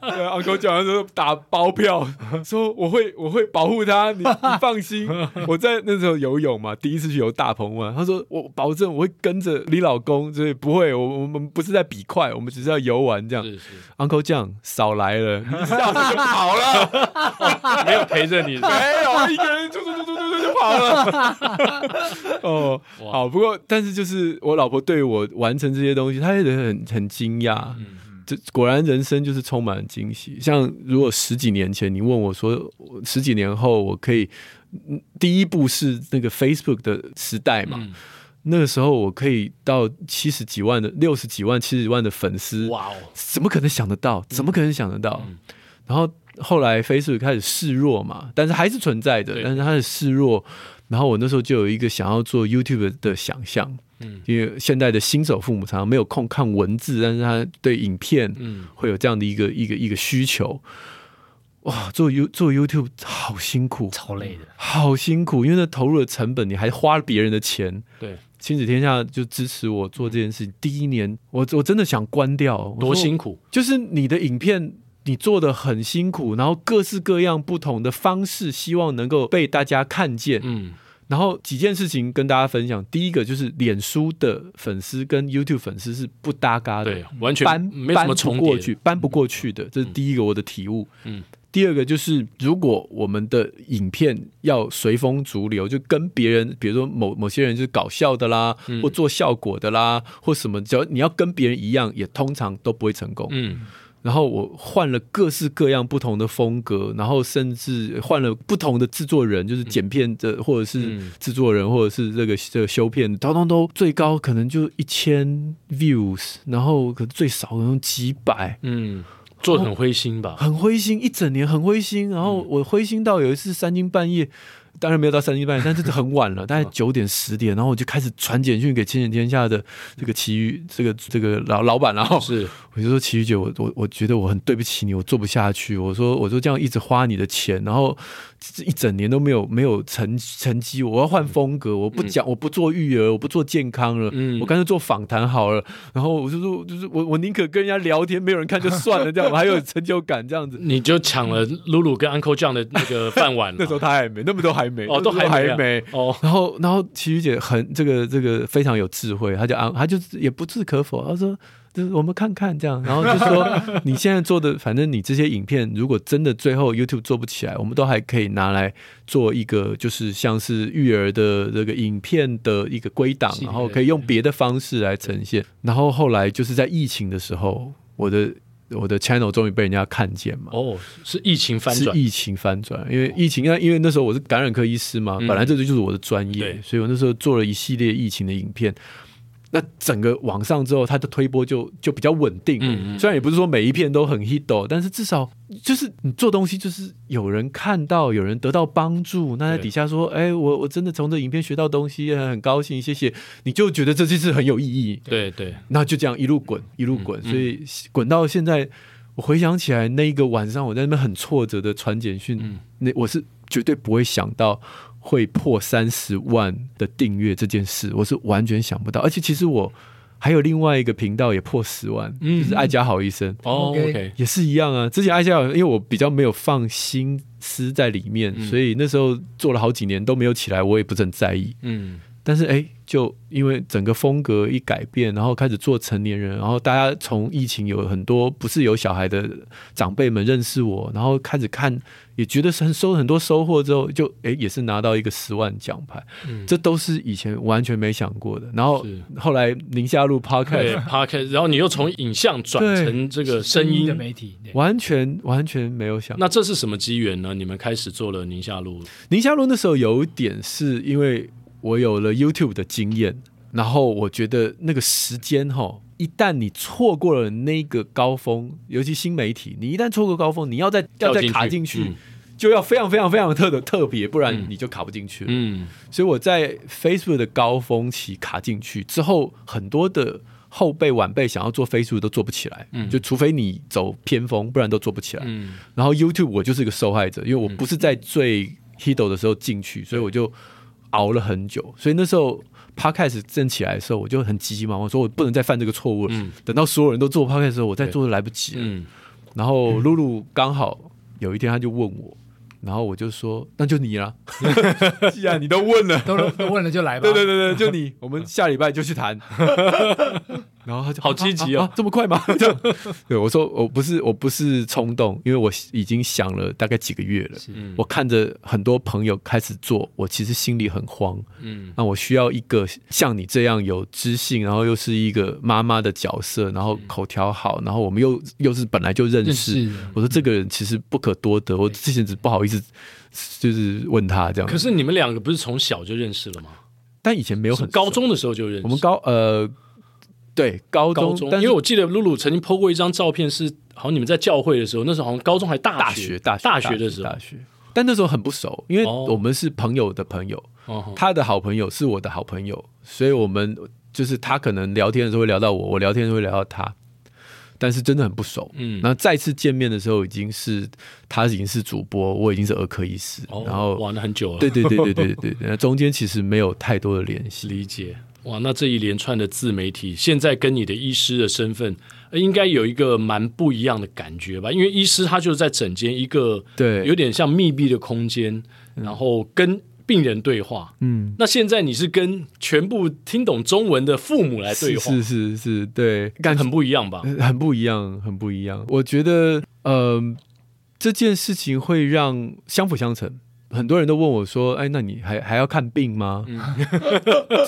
[SPEAKER 4] 对，uncle 讲说打包票，说我会我会保护他，你你 放心。我在那时候游泳嘛，第一次去游大鹏湾，他说我保证我会跟着你老公，所以不会，我我们不是在比快，我们只是要游玩这样。
[SPEAKER 1] 是是，
[SPEAKER 4] uncle 酱少来了，你啊一下子就跑了，
[SPEAKER 1] 没有陪 着你。
[SPEAKER 4] 没有一个人就就就就就就跑了。 哦，
[SPEAKER 1] 哇
[SPEAKER 4] 好，不过但是就是我老婆对我完成这些东西，她也很很惊讶。
[SPEAKER 1] 嗯，
[SPEAKER 4] 这果然人生就是充满惊喜。像如果十几年前你问我说，我十几年后我可以，嗯第一步是那个 Facebook 的时代嘛，
[SPEAKER 1] 嗯
[SPEAKER 4] 那个时候我可以到七十几万的、六十几万、七十万的粉丝，
[SPEAKER 1] 哇哦，
[SPEAKER 4] 怎么可能想得到？怎么可能想得到？
[SPEAKER 1] 嗯
[SPEAKER 4] 然后后来 Facebook 开始示弱嘛，但是还是存在的
[SPEAKER 1] 对，
[SPEAKER 4] 但是它的示弱。然后我那时候就有一个想要做 YouTube 的想象，
[SPEAKER 1] 嗯
[SPEAKER 4] 因为现在的新手父母常常没有空看文字，但是他对影片
[SPEAKER 1] 嗯，
[SPEAKER 4] 会有这样的一个一个一个需求。哇，做 You 做 YouTube 好辛苦，
[SPEAKER 2] 超累
[SPEAKER 1] 嗯
[SPEAKER 2] 的，
[SPEAKER 4] 好辛苦，因为那投入的成本，你还花了别人的钱。
[SPEAKER 1] 对，
[SPEAKER 4] 亲子天下就支持我做这件事。第一年，我我真的想关掉，我说
[SPEAKER 1] 嗯多辛苦。啊
[SPEAKER 4] 就是你的影片你做的很辛苦，然后各式各样不同的方式，希望能够被大家看见。
[SPEAKER 1] 嗯
[SPEAKER 4] 然后几件事情跟大家分享，第一个就是脸书的粉丝跟 YouTube 粉丝是不搭嘎，的
[SPEAKER 1] 对，，完全
[SPEAKER 4] 搬
[SPEAKER 1] 没什么重
[SPEAKER 4] 搬不
[SPEAKER 1] 叠
[SPEAKER 4] 过
[SPEAKER 1] 的。
[SPEAKER 4] 去，搬不过去的，这是第一个我的体悟。
[SPEAKER 1] 嗯
[SPEAKER 4] 第二个就是，如果我们的影片要随风逐流，就跟别人，比如说某某些人就是搞笑的啦，
[SPEAKER 1] 嗯
[SPEAKER 4] 或做效果的啦，或什么，只要你要跟别人一样，也通常都不会成功。
[SPEAKER 1] 嗯，
[SPEAKER 4] 然后我换了各式各样不同的风格，然后甚至换了不同的制作人，就是剪片的、或者是
[SPEAKER 1] 嗯
[SPEAKER 4] 制作人，或者是这个这个修片，通通都最高可能就一千 views，然后可能最少可能几百，
[SPEAKER 1] 嗯，做的很灰心吧？
[SPEAKER 4] 很灰心，一整年很灰心。然后我灰心到有一次三更半夜，当然没有到三更半夜，但是很晚了，大概九点十点，然后我就开始传简讯给《千人天下》的这个其余这个这个老老板，然哦后
[SPEAKER 1] 是，
[SPEAKER 4] 我就说奇遇姐，我我我觉得我很对不起你，我做不下去。我说我说这样一直花你的钱，然后这一整年都没有没有成成绩，我要换风格，我不讲，我不做育儿，我不做健康了，
[SPEAKER 1] 嗯
[SPEAKER 4] 我干脆做访谈好了。然后我就说，就是我我宁可跟人家聊天，没有人看就算了，这样我还有成就感，这样 子。
[SPEAKER 1] 你就抢了露露跟 Uncle John 的那个饭碗
[SPEAKER 4] 那时候
[SPEAKER 1] 了。
[SPEAKER 4] 他还没，那么都还没，
[SPEAKER 1] 哦，都
[SPEAKER 4] 那时候
[SPEAKER 1] 还
[SPEAKER 4] 还没
[SPEAKER 1] 啊。哦，
[SPEAKER 4] 然后，然后奇遇姐很这个这个非常有智慧，她就安，她就也不置可否，她说就是我们看看这样，然后就说你现在做的，反正你这些影片如果真的最后 YouTube 做不起来，我们都还可以拿来做一个就是像是育儿的这个影片的一个归档，
[SPEAKER 1] 系列
[SPEAKER 4] 然后可以用别的方式来呈现。然后后来就是在疫情的时候，我的我的 channel 终于被人家看见嘛，
[SPEAKER 1] 哦，是疫情翻
[SPEAKER 4] 是
[SPEAKER 1] 转。
[SPEAKER 4] 疫情翻转，因为疫情，那因为那时候我是感染科医师嘛，
[SPEAKER 1] 嗯
[SPEAKER 4] 本来这就是我的专业
[SPEAKER 1] 对，
[SPEAKER 4] 所以我那时候做了一系列疫情的影片。那整个网上之后，它的推波就就比较稳定了。
[SPEAKER 1] 嗯嗯
[SPEAKER 4] 虽然也不是说每一片都很 hit，哦但是至少就是你做东西，就是有人看到，有人得到帮助。那在
[SPEAKER 1] 对
[SPEAKER 4] 底下说，哎，我我真的从这影片学到东西，很高兴，谢谢。你就觉得这件事很有意义，
[SPEAKER 1] 对对，
[SPEAKER 4] 那就这样一路滚，一路
[SPEAKER 1] 嗯
[SPEAKER 4] 滚，所以滚到现在，我回想起来那一个晚上，我在那边很挫折的传简讯，
[SPEAKER 1] 嗯
[SPEAKER 4] 那我是绝对不会想到会破三十万的订阅这件事，我是完全想不到。而且其实我还有另外一个频道也破十万，
[SPEAKER 1] 嗯
[SPEAKER 4] 就是爱家好医生，
[SPEAKER 1] 哦
[SPEAKER 2] OK
[SPEAKER 1] ，OK，
[SPEAKER 4] 也是一样啊。之前爱家好，因为我比较没有放心思在里面，
[SPEAKER 1] 嗯
[SPEAKER 4] 所以那时候做了好几年都没有起来，我也不是很在意。
[SPEAKER 1] 嗯，
[SPEAKER 4] 但是哎，诶就因为整个风格一改变，然后开始做成年人，然后大家从疫情有很多不是有小孩的长辈们认识我，然后开始看，也觉得很收很多收获之后，就哎也是拿到一个十万奖牌，
[SPEAKER 1] 嗯
[SPEAKER 4] 这都是以前完全没想过的。然后
[SPEAKER 1] 是
[SPEAKER 4] 后来宁夏路
[SPEAKER 1] 对
[SPEAKER 4] Podcast
[SPEAKER 1] ，Podcast，然后你又从影像转
[SPEAKER 4] 对
[SPEAKER 1] 成这个声
[SPEAKER 2] 的
[SPEAKER 1] 音，
[SPEAKER 2] 媒体，对
[SPEAKER 4] 完全完全没有想
[SPEAKER 1] 那这是什么机缘呢？你们开始做了宁夏路，
[SPEAKER 4] 宁夏路那时候有一点是因为我有了 YouTube 的经验，然后我觉得那个时间哈，一旦你错过了那个高峰，尤其新媒体，你一旦错过高峰，你要再要
[SPEAKER 1] 掉
[SPEAKER 4] 再
[SPEAKER 1] 进去
[SPEAKER 4] 卡进去，
[SPEAKER 1] 嗯
[SPEAKER 4] 就要非常非常非常特的特别，不然你就卡不进去了。
[SPEAKER 1] 嗯
[SPEAKER 4] 所以我在 Facebook 的高峰期卡进去之后，很多的后辈晚辈想要做飞速都做不起来，
[SPEAKER 1] 嗯
[SPEAKER 4] 就除非你走偏锋，不然都做不起来。
[SPEAKER 1] 嗯，
[SPEAKER 4] 然后 YouTube 我就是个受害者，因为我不是在最 hit 的时候进去，所以我就熬了很久。所以那时候 Podcast 正起来的时候，我就很急急忙忙说，我不能再犯这个错误了。
[SPEAKER 1] 嗯
[SPEAKER 4] 等到所有人都做 Podcast 的时候，我再做都来不及了。
[SPEAKER 1] 嗯
[SPEAKER 4] 然后露露刚好有一天，她就问我，然后我就说，那就 你啦，既然你都问了。
[SPEAKER 2] 都都问了就来吧。
[SPEAKER 4] 对对对对，就你，我们下礼拜就去 谈。然后他就
[SPEAKER 1] 好积极哦
[SPEAKER 4] 啊啊啊这么快吗？这样 对我说，我不是我不是冲动，因为我已经想了大概几个月了。
[SPEAKER 1] 嗯
[SPEAKER 4] 我看着很多朋友开始做，我其实心里很慌。
[SPEAKER 1] 嗯
[SPEAKER 4] 那我需要一个像你这样有知性，然后又是一个妈妈的角色，然后口条好，然后我们又又是本来就嗯认
[SPEAKER 2] 认
[SPEAKER 4] 识。
[SPEAKER 2] 识的
[SPEAKER 4] 我说这个人其实不可多得，我之前只不好意思就是问他这样。
[SPEAKER 1] 可是你们两个不是从小就认识了吗？
[SPEAKER 4] 但以前没有
[SPEAKER 1] 是
[SPEAKER 4] 很
[SPEAKER 1] 高
[SPEAKER 4] 熟
[SPEAKER 1] 中的时候就认识。
[SPEAKER 4] 我们高呃，对高中，
[SPEAKER 1] 高中，
[SPEAKER 4] 但
[SPEAKER 1] 因
[SPEAKER 4] 是
[SPEAKER 1] 为我记得露露曾经 PO 过一张照片，是好像你们在教会的时候，那时候好像高中还大
[SPEAKER 4] 大
[SPEAKER 1] 学
[SPEAKER 4] 学大学
[SPEAKER 1] 大学的时候
[SPEAKER 4] 大。学，但那时候很不熟，因为
[SPEAKER 1] 哦
[SPEAKER 4] 我们是朋友的朋友，
[SPEAKER 1] 哦，
[SPEAKER 4] 他的好朋友是我的好朋友，所以我们就是他可能聊天的时候会聊到我，我聊天的时候会聊到他。但是真的很不熟，
[SPEAKER 1] 嗯
[SPEAKER 4] 然后再次见面的时候，已经是他已经是主播，我已经是儿科医师，
[SPEAKER 1] 哦
[SPEAKER 4] 然后
[SPEAKER 1] 玩了很久了。
[SPEAKER 4] 对对对对对对对，那中间其实没有太多的联系，
[SPEAKER 1] 理解。哇，那这一连串的自媒体，现在跟你的医师的身份，呃应该有一个蛮不一样的感觉吧？因为医师他就是在整间一个
[SPEAKER 4] 对
[SPEAKER 1] 有点像密闭的空间，然后跟病人对话。嗯，那现在你是跟全部听懂中文的父母来对
[SPEAKER 4] 是
[SPEAKER 1] 话，
[SPEAKER 4] 是是是，对，感
[SPEAKER 1] 很不一样吧？
[SPEAKER 4] 呃很不一样，很不一样。我觉得，嗯、这件事情会让相辅相成。很多人都问我说：“哎，那你还还要看病吗？”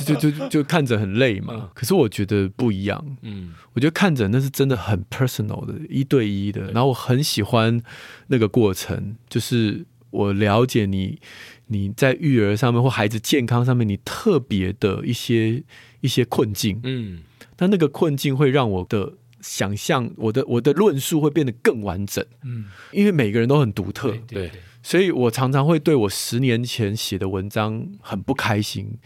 [SPEAKER 4] 就就就就看诊很累嘛。可是我觉得不一样，
[SPEAKER 1] 嗯
[SPEAKER 4] 我觉得看诊那是真的很 personal 的，一对一的。然后我很喜欢那个过程，就是我了解你你在育儿上面或孩子健康上面你特别的一些一些困境。
[SPEAKER 1] 嗯
[SPEAKER 4] 但那个困境会让我的想象，我的我的论述会变得更完整，
[SPEAKER 2] 嗯，
[SPEAKER 4] 因为每个人都很独特，
[SPEAKER 1] 对对，
[SPEAKER 4] 所以我常常会对我十年前写的文章很不开心，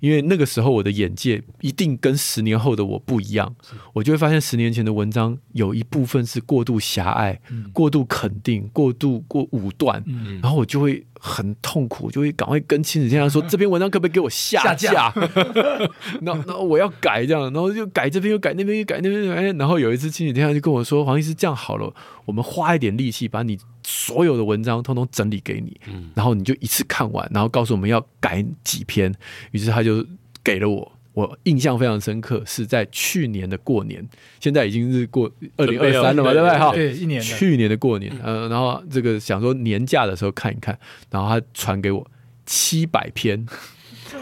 [SPEAKER 4] 因为那个时候我的眼界一定跟十年后的我不一样，我就会发现十年前的文章有一部分是过度狭隘、过度肯定、过度过武断，
[SPEAKER 1] 嗯
[SPEAKER 4] 然后我就会很痛苦，我就会赶快跟亲子天下 说，这篇文章可不可以给我下架？ 然后然后我要改这样，然后就改这篇又改那边又改那边又改，然后有一次亲子天下就跟我说，黄医师这样好了，我们花一点力气把你所有的文章通通整理给你，然后你就一次看完，然后告诉我们要改几篇。于是他就给了我。我印象非常深刻，是在去年的过年，现在已经是过二
[SPEAKER 1] 备
[SPEAKER 4] 零
[SPEAKER 1] 要
[SPEAKER 4] 二三了嘛，对不对？哈，
[SPEAKER 2] 对，一年的
[SPEAKER 4] 去年的过年，呃，然后这个想说年假的时候看一看，然后他传给我七百篇，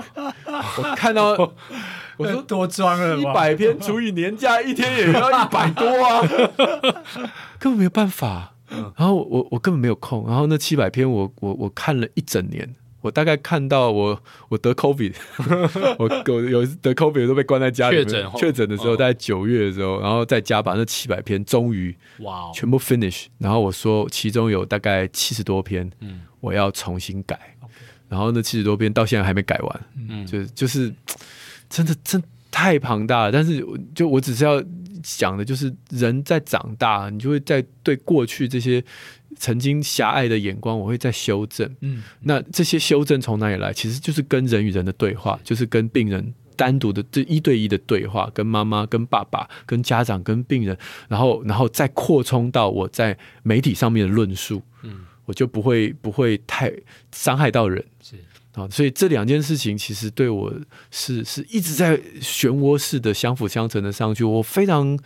[SPEAKER 4] 我看到 我说
[SPEAKER 2] 呃多装了
[SPEAKER 4] 一
[SPEAKER 2] 吧，
[SPEAKER 4] 百篇除以年假一天也要一百多啊， 根本没有办法。然后我我根本没有空，然后那七百篇我我我看了一整年，我大概看到我我得 COVID，我我有得 COVID 都被关在家里面
[SPEAKER 1] 确诊后
[SPEAKER 4] 确诊的时候，
[SPEAKER 1] 嗯
[SPEAKER 4] 大概九月的时候，然后在家把那七百篇终于
[SPEAKER 1] 哇哦，
[SPEAKER 4] 全部 finish，然后我说其中有大概七十多篇，
[SPEAKER 1] 嗯
[SPEAKER 4] 我要重新改，然后那七十多篇到现在还没改完，
[SPEAKER 1] 嗯
[SPEAKER 4] 就就是真的真太庞大了。但是我就我只是要讲的就是人在长大，你就会在对过去这些曾经狭隘的眼光，我会在修正。
[SPEAKER 2] 嗯，
[SPEAKER 4] 那这些修正从哪里来？其实就是跟人与人的对话，就是跟病人单独的这一对一的对话，跟妈妈、跟爸爸、跟家长、跟病人，然后然后再扩充到我在媒体上面的论述，
[SPEAKER 1] 嗯，
[SPEAKER 4] 我就不会不会太伤害到人
[SPEAKER 1] 是
[SPEAKER 4] 啊。所以这两件事情其实对我是是一直在漩涡式的相辅相成的上去，我非常。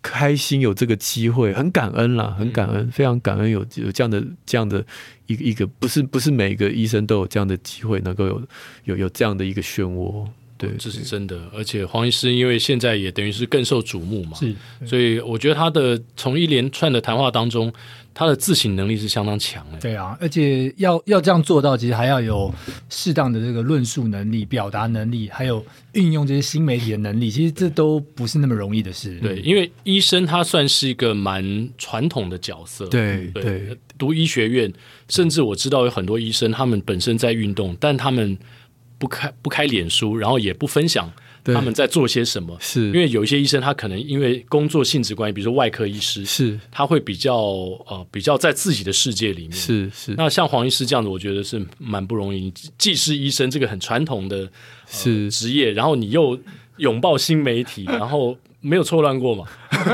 [SPEAKER 4] 开心有这个机会，很感恩
[SPEAKER 1] 嗯
[SPEAKER 4] 啦，很感恩，非常感恩有有这样的这样的一个一个，不是不是每个医生都有这样的机会，能够有有有这样的一个漩涡，对，
[SPEAKER 1] 这是真的。而且黄医师因为现在也等于是更受瞩目嘛，
[SPEAKER 2] 是
[SPEAKER 1] 所以我觉得他的从一连串的谈话当中，他的自省能力是相当强的。
[SPEAKER 2] 对啊，而且要要这样做到，其实还要有适当的这个论述能力、表达能力，还有运用这些新媒体的能力，其实这都不是那么容易的事。
[SPEAKER 1] 对，，因为医生他算是一个蛮传统的角色，
[SPEAKER 4] 对
[SPEAKER 1] 对，
[SPEAKER 4] 对
[SPEAKER 1] 读医学院，甚至我知道有很多医生，他们本身在运动，但他们不开不开脸书，然后也不分享
[SPEAKER 4] 对
[SPEAKER 1] 他们在做些什么。
[SPEAKER 4] 是
[SPEAKER 1] 因为有一些医生，他可能因为工作性质关系，比如说外科医师，
[SPEAKER 4] 是
[SPEAKER 1] 他会比较呃比较在自己的世界里面。
[SPEAKER 4] 是是
[SPEAKER 1] 那呃像黄医师这样子，我觉得是蛮不容易。你既是医生这个很传统的
[SPEAKER 4] 是
[SPEAKER 1] 职业，然后你又拥抱新媒体，然后没有错乱过嘛？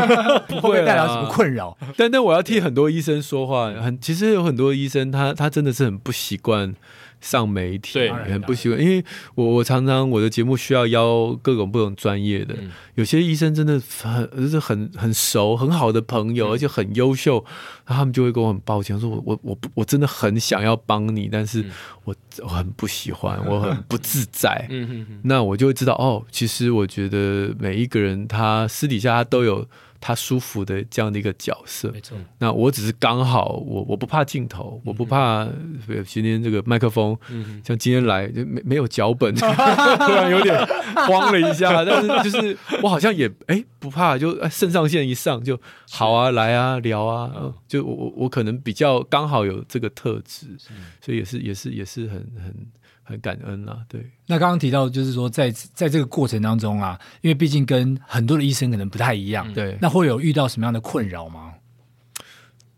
[SPEAKER 2] 会不
[SPEAKER 4] 会
[SPEAKER 2] 会带来
[SPEAKER 4] 啊
[SPEAKER 2] 什么困扰？
[SPEAKER 4] 但但我要替很多医生说话，很其实有很多医生他他真的是很不习惯上媒体，
[SPEAKER 1] 对
[SPEAKER 4] 也很不习惯，因为我我常常我的节目需要邀各种不同专业的，
[SPEAKER 1] 嗯
[SPEAKER 4] 有些医生真的很就是很很熟很好的朋
[SPEAKER 1] 嗯
[SPEAKER 4] 友，而且很优秀，然后他们就会跟我很抱歉说我，我我不我真的很想要帮你，但是我我很不喜欢，我很不自在，
[SPEAKER 1] 嗯哼哼，
[SPEAKER 4] 那我就会知道哦，其实我觉得每一个人他私底下他都有他舒服的这样的一个角色
[SPEAKER 1] 没。错。
[SPEAKER 4] 那我只是刚好，我我不怕镜头，我不怕呃今天这个麦克风，像今天来就没没有脚本，突然有点慌了一下， 但是就是我好像也哎不怕，就哎肾上腺一上就好啊，来啊聊啊，呃就我我我可能比较刚好有这个特质，所以也是也是也是很很很感恩啦，对。
[SPEAKER 2] 那刚刚提到，就是说在在这个过程当中啊，因为毕竟跟很多的医生可能不太一样，
[SPEAKER 4] 嗯对
[SPEAKER 2] 那会有遇到什么样的困扰吗？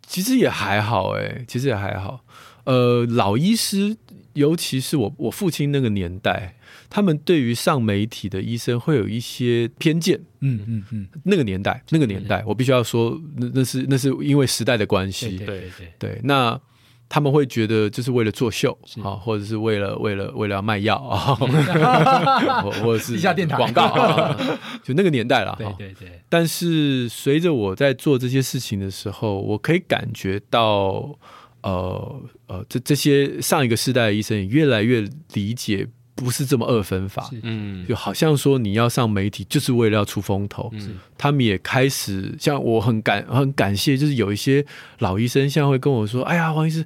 [SPEAKER 4] 其实也还好哎、其实也还好。呃，老医师，尤其是我我父亲那个年代，他们对于上媒体的医生会有一些偏见。
[SPEAKER 2] 嗯嗯嗯，
[SPEAKER 4] 那个年代，那个年代，我必须要说，那那是那是因为时代的关系。
[SPEAKER 1] 对对对，
[SPEAKER 4] 对，那他们会觉得就是为了作秀啊，或者是为了为了为了要卖药啊， 或或者是
[SPEAKER 2] 嗯 地下电台
[SPEAKER 4] 广告 啊，就那个年代了。哦
[SPEAKER 2] 对
[SPEAKER 4] 哈
[SPEAKER 2] 对对，
[SPEAKER 4] 但是随着我在做这些事情的时候，我可以感觉到，呃呃，这这些上一个世代的医生也越来越理解，不是这么二分法，
[SPEAKER 1] 嗯，
[SPEAKER 4] 就好像说你要上媒体就是为了要出风头，他们也开始像我很感很感谢，就是有一些老医生现在会跟我说，哎呀，黄医师。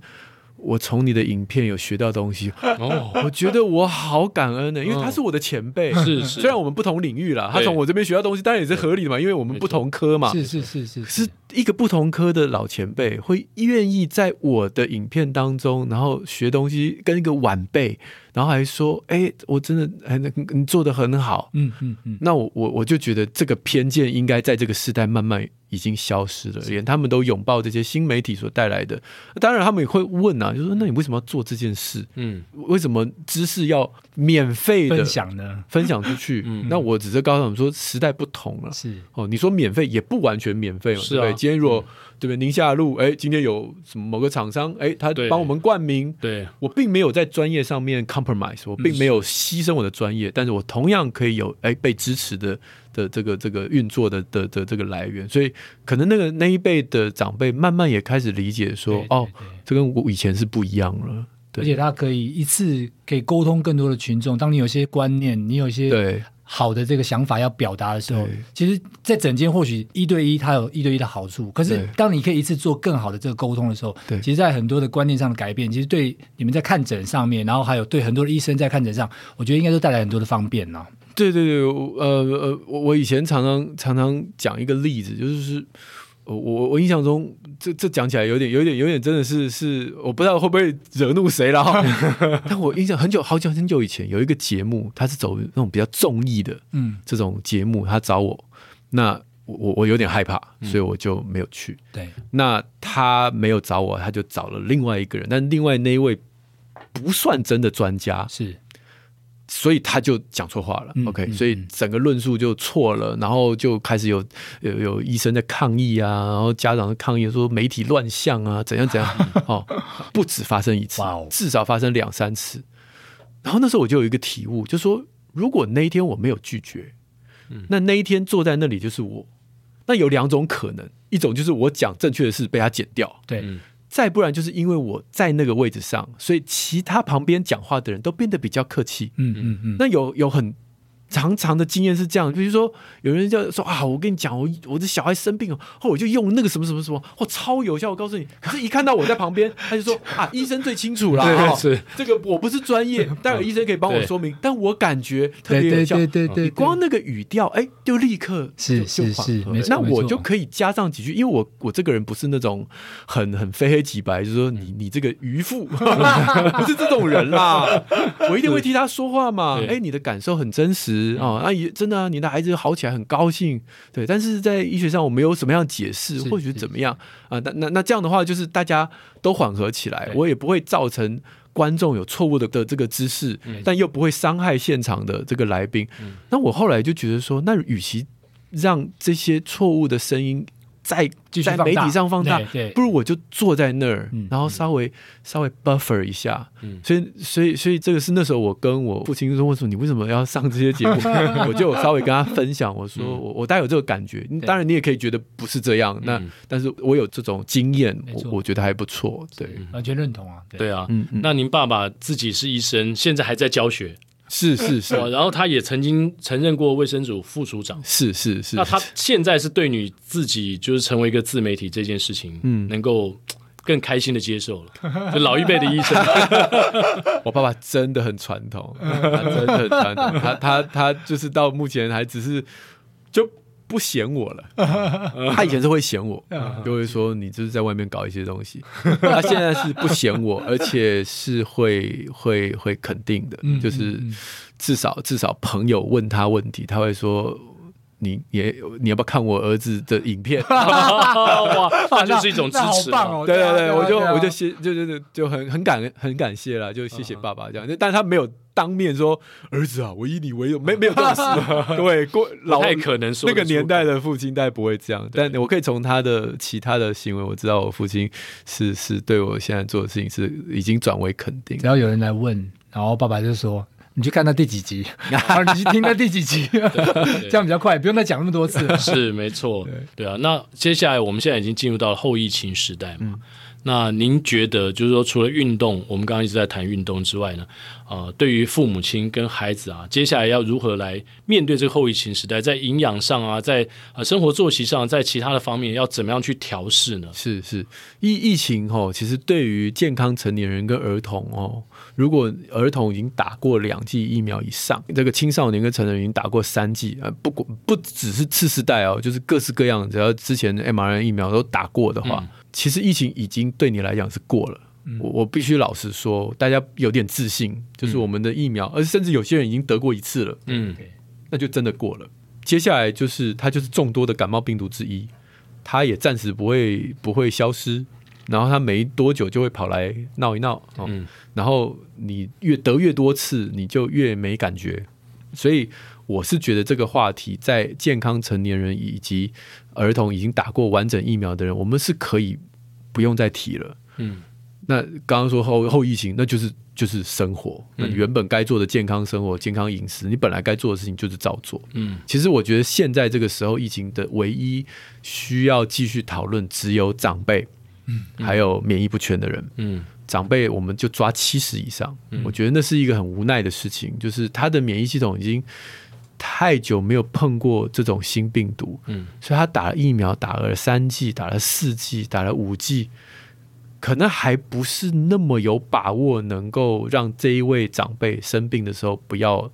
[SPEAKER 4] 我从你的影片有学到东西，
[SPEAKER 1] 哦，
[SPEAKER 4] 我觉得我好感恩呢、因为他是我的前辈，
[SPEAKER 1] 嗯 是是
[SPEAKER 4] 虽然我们不同领域啦，他
[SPEAKER 1] 对
[SPEAKER 4] 从我这边学到东西，当然也是合理的嘛，因为我们不同科嘛。
[SPEAKER 2] 是是是是
[SPEAKER 4] 可是一个不同科的老前辈会愿意在我的影片当中，然后学东西，跟一个晚辈，然后还说：“哎、我真的，哎，那你做的很好。
[SPEAKER 2] 嗯嗯嗯，
[SPEAKER 4] 那我我我就觉得这个偏见应该在这个时代慢慢已经消失了，连他们都拥抱这些新媒体所带来的。当然，他们也会问啊，就说：“那你为什么要做这件事？
[SPEAKER 1] 嗯，
[SPEAKER 4] 为什么知识要免费的
[SPEAKER 2] 分享呢
[SPEAKER 4] 分享出去？”那我只是告诉他们说，时代不同了。
[SPEAKER 2] 是
[SPEAKER 4] 哦，你说免费也不完全免费嘛，
[SPEAKER 1] 是
[SPEAKER 4] 对
[SPEAKER 1] 啊
[SPEAKER 4] 不对？今天如果对不对宁夏路，哎，今天有什么某个厂商，哎，他
[SPEAKER 1] 对
[SPEAKER 4] 帮我们冠名，
[SPEAKER 1] 对，
[SPEAKER 4] 我并没有在专业上面 compromise，我并没有牺牲我的专业，但是我同样可以有哎被支持的的这个这个运作的的的这个来源，所以可能那个那一辈的长辈慢慢也开始理解说，
[SPEAKER 2] 对对
[SPEAKER 4] 哦，这跟我以前是不一样了，对
[SPEAKER 2] 而且它可以一次可以沟通更多的群众。当你有些观念，你有一些
[SPEAKER 4] 对
[SPEAKER 2] 好的这个想法要表达的时候
[SPEAKER 4] 对，
[SPEAKER 2] 其实，在整间或许一对一它有一对一的好处，可是
[SPEAKER 4] 对
[SPEAKER 2] 当你可以一次做更好的这个沟通的时候，
[SPEAKER 4] 对
[SPEAKER 2] 其实，在很多的观念上的改变，其实对你们在看诊上面，然后还有对很多的医生在看诊上，我觉得应该都带来很多的方便呐、
[SPEAKER 4] 对对对，我呃呃，我我以前常常常常讲一个例子，就是呃我我印象中，这这讲起来有点有点有点真的是是，我不知道会不会惹怒谁了哈。但我印象很久好久很久以前有一个节目，它是走那种比较综艺的
[SPEAKER 2] 嗯，
[SPEAKER 4] 这种节目，他找我，那我我我有点害怕，所以我就没有去。
[SPEAKER 2] 对，
[SPEAKER 4] 那他没有找我，他就找了另外一个人，但另外那一位不算真的专家，
[SPEAKER 2] 是
[SPEAKER 4] 所以他就讲错话了、
[SPEAKER 2] 嗯
[SPEAKER 4] o k
[SPEAKER 2] 嗯
[SPEAKER 4] 所以整个论述就错了，然后就开始有有有医生在抗议啊，然后家长在抗议说媒体乱象啊，怎样 怎样，哦，不止发生一次
[SPEAKER 2] 哇哦，
[SPEAKER 4] 至少发生两三次。然后那时候我就有一个体悟，就说如果那一天我没有拒绝，
[SPEAKER 2] 嗯
[SPEAKER 4] 那那一天坐在那里就是我，那有两种可能，一种就是我讲正确的事被他剪掉，
[SPEAKER 2] 对，
[SPEAKER 1] 嗯
[SPEAKER 4] 再不然就是因为我在那个位置上，所以其他旁边讲话的人都变得比较客气，
[SPEAKER 2] 嗯嗯嗯，
[SPEAKER 4] 那有有很长长的经验是这样，比如说有人就说啊，我跟你讲，我我的小孩生病哦，后我就用那个什么什么什么，哦，超有效，我告诉你。可是，一看到我在旁边，他就 说啊，医生最清楚啦，
[SPEAKER 1] 对
[SPEAKER 4] 哦
[SPEAKER 1] 是
[SPEAKER 4] 这个我不是专 业，当然医生可以帮我
[SPEAKER 1] 对
[SPEAKER 4] 说明，但我感觉特
[SPEAKER 2] 对
[SPEAKER 4] 别有
[SPEAKER 2] 对
[SPEAKER 4] 效。
[SPEAKER 2] 对对
[SPEAKER 4] 你
[SPEAKER 2] 对，
[SPEAKER 4] 光那个语调，哎，就立刻
[SPEAKER 2] 是
[SPEAKER 4] 就是就缓
[SPEAKER 2] 是
[SPEAKER 4] 和
[SPEAKER 2] 没
[SPEAKER 4] 了
[SPEAKER 2] 错
[SPEAKER 4] 那
[SPEAKER 2] 没
[SPEAKER 4] 我
[SPEAKER 2] 错
[SPEAKER 4] 就可以加上几句，因为我我这个人不是那种很很非黑即白，就是说
[SPEAKER 2] 嗯
[SPEAKER 4] 你你这个渔 夫，不是这种人啦，我一定会替他说话嘛。
[SPEAKER 1] 对
[SPEAKER 4] 哎，你的感受很真
[SPEAKER 2] 嗯
[SPEAKER 4] 实实啊，那也真的啊，你的孩子好起来很高兴，对。但是在医学上我没有什么样的解释，
[SPEAKER 2] 是
[SPEAKER 4] 或许怎么样啊？那那那这样的话，就是大家都缓和起来，
[SPEAKER 1] 对
[SPEAKER 4] 我也不会造成。观众有错误的的这个知识，但又不会伤害现场的这个来宾。那我后来就觉得说，那与其让这些错误的声音在
[SPEAKER 2] 继续
[SPEAKER 4] 在
[SPEAKER 2] 放大
[SPEAKER 4] 媒体上放大
[SPEAKER 2] 对，对
[SPEAKER 4] 不如我就坐在那儿
[SPEAKER 2] 嗯，
[SPEAKER 4] 然后稍微稍微 buffer 一下
[SPEAKER 1] 嗯。
[SPEAKER 4] 所以，所以，所以这个是那时候我跟我父亲说，为什么你为什么要上这些 节目？我就有稍微跟他分享，我说
[SPEAKER 1] 嗯
[SPEAKER 4] 我我大概有这个感觉。当然，你也可以觉得不是这样，那
[SPEAKER 1] 嗯
[SPEAKER 4] 但是我有这种经验
[SPEAKER 2] 没，错
[SPEAKER 4] 我我觉得还不错。对，
[SPEAKER 2] 完全认同啊。
[SPEAKER 1] 对啊，
[SPEAKER 4] 嗯嗯
[SPEAKER 1] 那您爸爸自己是医生，现在还在教学，
[SPEAKER 4] 是是
[SPEAKER 1] 是吧？
[SPEAKER 4] 是
[SPEAKER 1] 然后他也曾经承任过卫生署副署长。
[SPEAKER 4] 是是是
[SPEAKER 1] 那，他现在是对你自己就是成为一个自媒体这件事情，嗯，能够更开心的接受了。就老一辈的医生，
[SPEAKER 4] 我爸爸真的很传统，他真的很传统，他他他就是到目前还只是就不嫌我了，他以前是会嫌我，就会说你就是在外面搞一些东西，他现在是不嫌我，而且是会会会肯定的，就是至少至少朋友问他问题，他会说。你也你要不要看我儿子的影片？
[SPEAKER 1] 哇，那就是一种支
[SPEAKER 2] 哦那好
[SPEAKER 1] 持
[SPEAKER 2] 棒
[SPEAKER 1] 了。
[SPEAKER 2] 哦！
[SPEAKER 4] 对
[SPEAKER 2] 啊
[SPEAKER 4] 对对，
[SPEAKER 2] 啊
[SPEAKER 4] 我就
[SPEAKER 2] 啊
[SPEAKER 4] 我就谢，就就就就很很感很感谢啦，就谢谢爸爸这样。但他没有当面说儿子啊，我以你为荣，没没有这种事。对，过老
[SPEAKER 1] 太可能说
[SPEAKER 4] 那
[SPEAKER 1] 得
[SPEAKER 4] 个
[SPEAKER 1] 出
[SPEAKER 4] 年代的父亲大概不会这样，但我可以从他的其他的行为，我知道我父亲是是对我现在做的事情是已经转为肯定
[SPEAKER 2] 只。要有人来问，然后爸爸就说：“你去看到第几集， 然后你去听到第几集，这样比较快，不用再讲那么多次。
[SPEAKER 1] 是没 错，对啊。那接下来我们现在已经进入到了后疫情时代嘛？
[SPEAKER 4] 嗯
[SPEAKER 1] 那您觉得，就是说，除了运动，我们刚刚一直在谈运动之外呢，呃，对于父母亲跟孩子啊，接下来要如何来面对这个后疫情时代，在营养上啊，在呃生活作息上，在其他的方面，要怎么样去调试呢？
[SPEAKER 4] 是是，疫疫情吼，其实对于健康成年人跟儿童哦，如果儿童已经打过两剂疫苗以上，这个青少年跟成人已经打过三剂啊，呃不管不只是次世代哦，就是各式各样，只要之前的 mRNA 疫苗都打过的话，其实疫情已经对你来讲是过了。我我必须老实说，大家有点自信，就是我们的疫苗，而甚至有些人已经得过一次了，
[SPEAKER 1] 嗯，
[SPEAKER 4] 那就真的过了。接下来就是它就是众多的感冒病毒之一，它也暂时不会不会消失，然后它没多久就会跑来闹一闹，哦、
[SPEAKER 1] 嗯
[SPEAKER 4] 然后你越得越多次，你就越没感觉。所以我是觉得这个话题在健康成年人以及儿童已经打过完整疫苗的人，我们是可以不用再提了。
[SPEAKER 1] 嗯，
[SPEAKER 4] 那刚刚说后后疫情，那就是就是生活，那你原本该做的健康生活、健康饮食，你本来该做的事情就是照做。
[SPEAKER 1] 嗯，
[SPEAKER 4] 其实我觉得现在这个时候，疫情的唯一需要继续讨论，只有长辈，还有免疫不全的人。
[SPEAKER 1] 嗯，
[SPEAKER 4] 长辈我们就抓七十以上，我觉得那是一个很无奈的事情，就是他的免疫系统已经太久没有碰过这种新病毒，
[SPEAKER 1] 嗯，
[SPEAKER 4] 所以他打了疫苗，打了三剂，打了四剂，打了五剂，可能还不是那么有把握能够让这一位长辈生病的时候不要。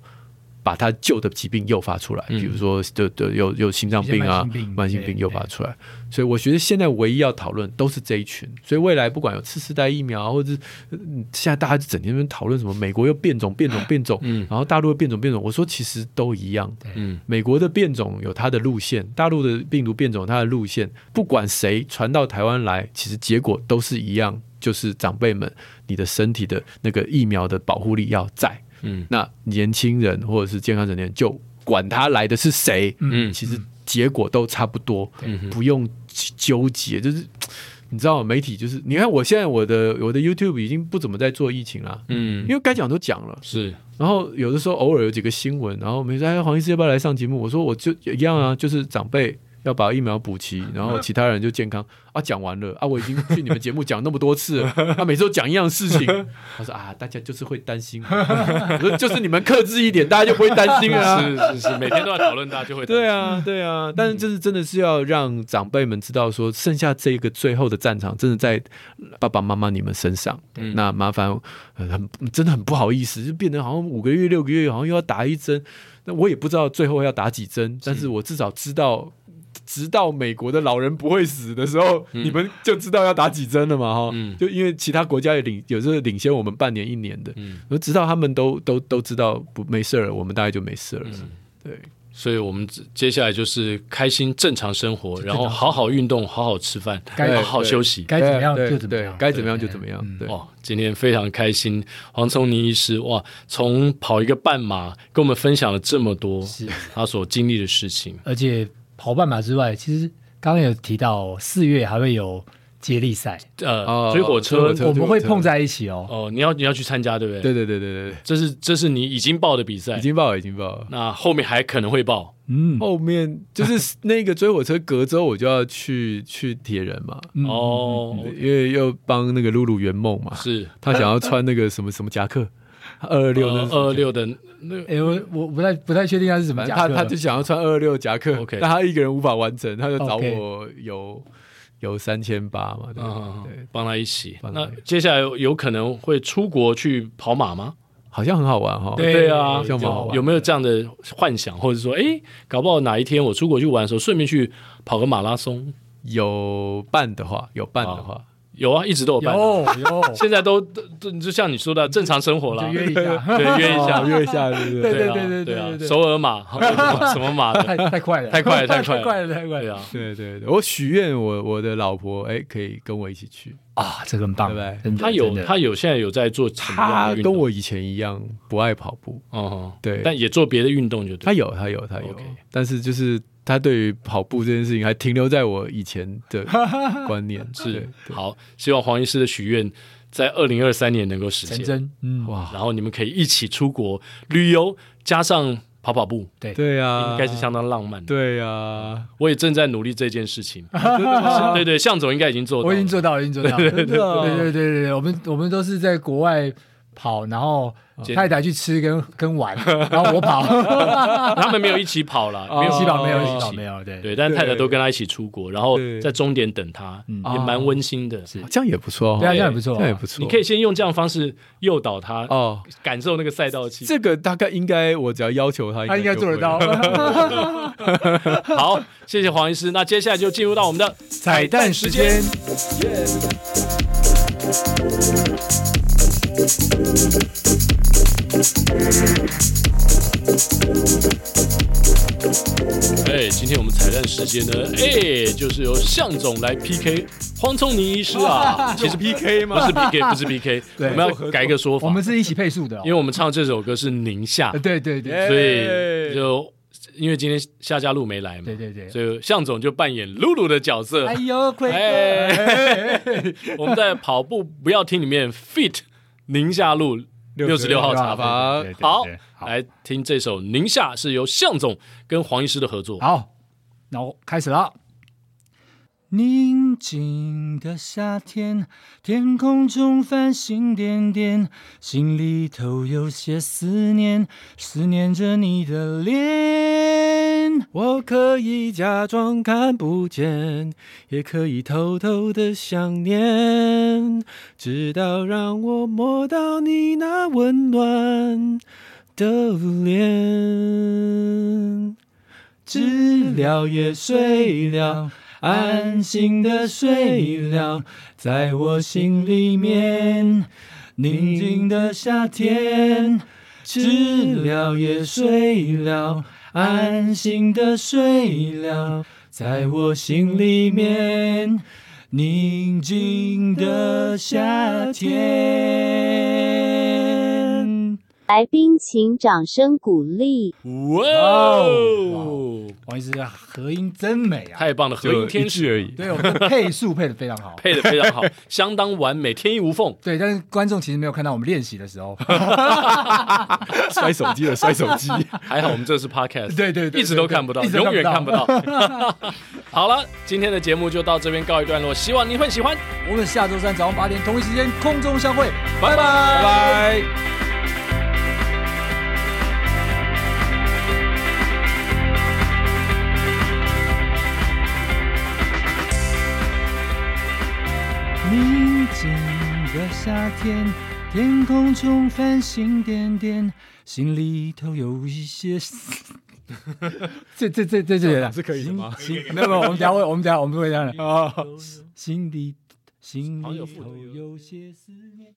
[SPEAKER 4] 把他旧的疾病诱发出来，比如说，就就有有心脏病
[SPEAKER 2] 一些
[SPEAKER 4] 啊
[SPEAKER 2] 慢性病、
[SPEAKER 4] 慢性病
[SPEAKER 2] 对
[SPEAKER 4] 诱发出来，所以我觉得现在唯一要讨论都是这一群，所以未来不管有次世代疫苗，或者是呃现在大家就整天在那边讨论什么美国又变种、变种、变种，
[SPEAKER 1] 嗯
[SPEAKER 4] 然后大陆又变种、变种，我说其实都一样，
[SPEAKER 1] 嗯，
[SPEAKER 4] 美国的变种有它的路线，大陆的病毒变种有它的路线，不管谁传到台湾来，其实结果都是一样，就是长辈们你的身体的那个疫苗的保护力要在，
[SPEAKER 1] 嗯，
[SPEAKER 4] 那年轻人或者是健康成年人就管他来的是谁，
[SPEAKER 1] 嗯
[SPEAKER 4] 其实结果都差不多，不用纠结，就是。你知道吗媒体就是，你看我现在我的我的 YouTube 已经不怎么在做疫情了，
[SPEAKER 1] 嗯，
[SPEAKER 4] 因为该讲都讲了，
[SPEAKER 1] 是，
[SPEAKER 4] 然后有的时候偶尔有几个新闻，然后没说哎，黄医师要不要来上节目？我说我就一样啊，就是长辈要把疫苗补齐，然后其他人就健康 啊。讲完了啊，我已经去你们节目讲那么多次了， 他、啊、每次都讲一样事情。 他说啊，大家就是会担心，我说 就是你们克制一点，大家就不会担心了、 啊。
[SPEAKER 1] 是是是，每天都在讨论，大家就会
[SPEAKER 4] 对啊，对啊，但是就是真的是要让长辈们知道说，剩下这个最后的战场真的在爸爸妈妈你们身上。
[SPEAKER 1] 嗯
[SPEAKER 4] 那麻烦，呃很真的很不好意思，就变成好像五个月、六个月，好像又要打一针。那我也不知道最后要打几针，但是我至少知道直到美国的老人不会死的时候，你们就知道要打几针了嘛哈。
[SPEAKER 1] 嗯
[SPEAKER 4] 就因为其他国家也领有时候领先我们半年一年的，
[SPEAKER 1] 嗯
[SPEAKER 4] 而直到他们都都都知道不没事儿了，我们大概就没事儿了。
[SPEAKER 1] 嗯
[SPEAKER 4] 对，
[SPEAKER 1] 所以我们只接下来就是开心正常生活，然后好好运动，好好吃饭，
[SPEAKER 2] 该
[SPEAKER 1] 好好休息。
[SPEAKER 2] 该怎么样
[SPEAKER 4] 对
[SPEAKER 2] 就怎么
[SPEAKER 4] 对
[SPEAKER 2] 样。嗯
[SPEAKER 4] 该怎么样就怎么样。对，
[SPEAKER 1] 哦，今天非常开心，黄聪宁医师哇，从跑一个半马跟我们分享了这么多
[SPEAKER 2] 是
[SPEAKER 1] 他所经历的事情。
[SPEAKER 2] 而且跑半马之外，其实刚刚有提到四月还会有接力赛，
[SPEAKER 1] 呃，
[SPEAKER 4] 哦
[SPEAKER 1] 追火
[SPEAKER 4] 追
[SPEAKER 1] 车
[SPEAKER 4] 火车
[SPEAKER 2] 我们会碰在一起哦。
[SPEAKER 1] 哦，你要你要去参加对不对？
[SPEAKER 4] 对，对对对对
[SPEAKER 1] 这是这是你已经报的比
[SPEAKER 4] 对，
[SPEAKER 1] 赛
[SPEAKER 4] 已，经报了，已经报了。
[SPEAKER 1] 那后面还可能会报。
[SPEAKER 2] 嗯，
[SPEAKER 4] 后面就是那个追火车，隔周我就要去去铁人嘛，
[SPEAKER 2] 嗯，
[SPEAKER 1] 哦，
[SPEAKER 4] 因为要帮那个露露圆梦嘛，
[SPEAKER 1] 是
[SPEAKER 4] 他想要穿那个什么什么夹克，二二六那是
[SPEAKER 1] 二二六的那
[SPEAKER 2] 哎、我我不太不太确定他是怎么
[SPEAKER 4] 反正
[SPEAKER 2] 讲
[SPEAKER 4] 他
[SPEAKER 2] 课，
[SPEAKER 4] 他就想要穿二六夹克
[SPEAKER 1] OK
[SPEAKER 4] 但他一个人无法完成，他就找
[SPEAKER 2] OK
[SPEAKER 4] 我游游三千八嘛，对、
[SPEAKER 1] 嗯，
[SPEAKER 4] 对，
[SPEAKER 1] 帮他一起。
[SPEAKER 4] 帮他
[SPEAKER 1] 那
[SPEAKER 4] 一起
[SPEAKER 1] 接下来有可能会出国去跑马吗？
[SPEAKER 4] 好像很好玩哈。
[SPEAKER 2] 对
[SPEAKER 1] 啊，
[SPEAKER 4] 哦这样蛮好玩
[SPEAKER 1] 有
[SPEAKER 4] 的
[SPEAKER 1] 有没有这样的幻想，或者说，哎，搞不好哪一天我出国去玩的时候，顺便去跑个马拉松？
[SPEAKER 4] 有伴的话，有伴的话，
[SPEAKER 1] 有啊，一直都有办啊。
[SPEAKER 2] 有 有，
[SPEAKER 1] 现在都都都就像你说的，正常生活啦
[SPEAKER 2] 就，约一 下，
[SPEAKER 1] 对，约一下
[SPEAKER 4] 哦，约一下，对不对？
[SPEAKER 1] 对啊
[SPEAKER 2] 对对对对
[SPEAKER 1] 对啊
[SPEAKER 2] 对，对
[SPEAKER 1] 首尔马什么马的，
[SPEAKER 2] 太太快了，
[SPEAKER 1] 太快了太
[SPEAKER 2] 太
[SPEAKER 1] 快了
[SPEAKER 2] 快了，太快
[SPEAKER 1] 对
[SPEAKER 2] 了
[SPEAKER 1] 啊，
[SPEAKER 4] 对对对，我许愿我我的老婆哎、可以跟我一起去，
[SPEAKER 2] 啊！这个很棒，
[SPEAKER 4] 对不对
[SPEAKER 2] 真的
[SPEAKER 1] 他有
[SPEAKER 2] 真的
[SPEAKER 1] 他有现在有在做什么样
[SPEAKER 4] 她
[SPEAKER 1] 的运
[SPEAKER 4] 跟
[SPEAKER 1] 动？
[SPEAKER 4] 我以前一样不爱跑步，
[SPEAKER 1] 哦，
[SPEAKER 4] 对
[SPEAKER 1] 但也做别的运动就对
[SPEAKER 4] 他。有，他有，他有
[SPEAKER 1] OK，
[SPEAKER 4] 但是就是他对于跑步这件事情还停留在我以前的观念，
[SPEAKER 1] 是
[SPEAKER 4] 对对
[SPEAKER 1] 好，希望黄医师的许愿在二零二三年能够实
[SPEAKER 2] 成
[SPEAKER 1] 现，
[SPEAKER 2] 真，嗯，
[SPEAKER 4] 哇，
[SPEAKER 1] 然后你们可以一起出国旅游，加上跑跑步，
[SPEAKER 4] 对啊，
[SPEAKER 1] 应该是相当浪漫的。
[SPEAKER 4] 对啊，
[SPEAKER 1] 我也正在努力这件事情。
[SPEAKER 2] 啊
[SPEAKER 4] 真的吗
[SPEAKER 1] 对对，向总应该已经做到了，
[SPEAKER 2] 我已经做到了，已经做到了，对对
[SPEAKER 4] 真的哦
[SPEAKER 2] 对对对，我们我们都是在国外跑，然后
[SPEAKER 1] 简
[SPEAKER 2] 太太去吃跟跟 玩，然后我跑，
[SPEAKER 1] 他们没有一起跑了，没 有
[SPEAKER 2] 一起跑
[SPEAKER 4] 哦
[SPEAKER 2] 没有，一起跑没有，对
[SPEAKER 1] 对，但是太太都跟他一起出国，然后
[SPEAKER 4] 对
[SPEAKER 1] 在终点等他，
[SPEAKER 2] 嗯
[SPEAKER 1] 也蛮温馨的。
[SPEAKER 2] 是
[SPEAKER 4] 这样也不错哦，
[SPEAKER 2] 对啊，这
[SPEAKER 1] 对
[SPEAKER 2] 样也不错
[SPEAKER 4] 这
[SPEAKER 2] 啊，
[SPEAKER 4] 样也不错，
[SPEAKER 1] 你可以先用这样的方式诱导他，
[SPEAKER 4] 哦。
[SPEAKER 1] 感受那个赛道的气氛。
[SPEAKER 4] 这个大概应该，我只要要求他，
[SPEAKER 2] 他应该
[SPEAKER 4] 就
[SPEAKER 2] 做得
[SPEAKER 4] 会。
[SPEAKER 2] 到。
[SPEAKER 1] 好，谢谢黄医师。那接下来就进入到我们的
[SPEAKER 2] 彩蛋时间，
[SPEAKER 1] 哎，今天我们彩蛋时间呢，哎，就是由向总来 PK 黄聪宁医师啊，其实
[SPEAKER 4] PK
[SPEAKER 1] 不
[SPEAKER 4] 吗？
[SPEAKER 1] 是 PK，不是 PK，我
[SPEAKER 2] 对
[SPEAKER 1] 们要改一个说法，
[SPEAKER 2] 我们是一起配速的哦，
[SPEAKER 1] 因为我们唱这首歌是宁夏
[SPEAKER 2] 呃，对对对
[SPEAKER 4] 哎
[SPEAKER 1] 所以就因为今天夏家路没来嘛，
[SPEAKER 2] 对对对，
[SPEAKER 1] 所以向总就扮演露露的角色。
[SPEAKER 2] 哎呦，亏
[SPEAKER 1] 哎
[SPEAKER 2] 哥，
[SPEAKER 1] 我们在跑步不要听里面 fit 宁夏路六十六号茶房。
[SPEAKER 4] 房
[SPEAKER 2] 对对对
[SPEAKER 1] 好
[SPEAKER 2] 对，好
[SPEAKER 1] 来听这首《宁夏》，是由向总跟黄医师的合作。
[SPEAKER 2] 好，那我开始了。宁静的夏天，天空中繁星点点，心里头有些思念，思念着你的脸。
[SPEAKER 4] 我可以假装看不见，也可以偷偷的想念，直到让我摸到你那温暖的脸。知了也睡了，安心的睡了，在我心里面。
[SPEAKER 2] 宁静的夏天，
[SPEAKER 4] 知了也睡了，安心的睡了，在我心里面。
[SPEAKER 2] 宁静的夏天。
[SPEAKER 5] 来宾请掌声鼓励。
[SPEAKER 1] 哇
[SPEAKER 2] 哇
[SPEAKER 1] 哦，
[SPEAKER 2] 王医师的合音真美啊！
[SPEAKER 1] 太棒了，和
[SPEAKER 4] 就
[SPEAKER 1] 音
[SPEAKER 4] 一
[SPEAKER 1] 天
[SPEAKER 4] 句
[SPEAKER 1] 使
[SPEAKER 4] 而已。
[SPEAKER 2] 对，我们的配速配的非常好。
[SPEAKER 1] 配的非常好，相当完美，天衣无缝。
[SPEAKER 2] 对，但是观众其实没有看到我们练习的时候，
[SPEAKER 4] 摔手机了，摔手机。
[SPEAKER 1] 还好我们这是 podcast，
[SPEAKER 2] 对对对对
[SPEAKER 1] 一直都看不到，
[SPEAKER 2] 一直都
[SPEAKER 1] 永远看
[SPEAKER 2] 看
[SPEAKER 1] 不
[SPEAKER 2] 不
[SPEAKER 1] 到。 好了，今天的节目就到这边告一段落，希望您会喜欢。
[SPEAKER 2] 我们下周三早上八点同一时间空中相会，
[SPEAKER 1] 拜拜。
[SPEAKER 4] 拜拜。
[SPEAKER 2] 宁静的夏天，天空中繁星点点，心里头有一些思。这这这这这
[SPEAKER 4] 是可以的吗哦
[SPEAKER 2] 心心没有没有，我们等一下会我们等一下我们会这样的。
[SPEAKER 4] 啊，
[SPEAKER 2] 心里心
[SPEAKER 1] 好像
[SPEAKER 2] 里
[SPEAKER 1] 有副
[SPEAKER 2] 头
[SPEAKER 1] 歌
[SPEAKER 2] 有些思念，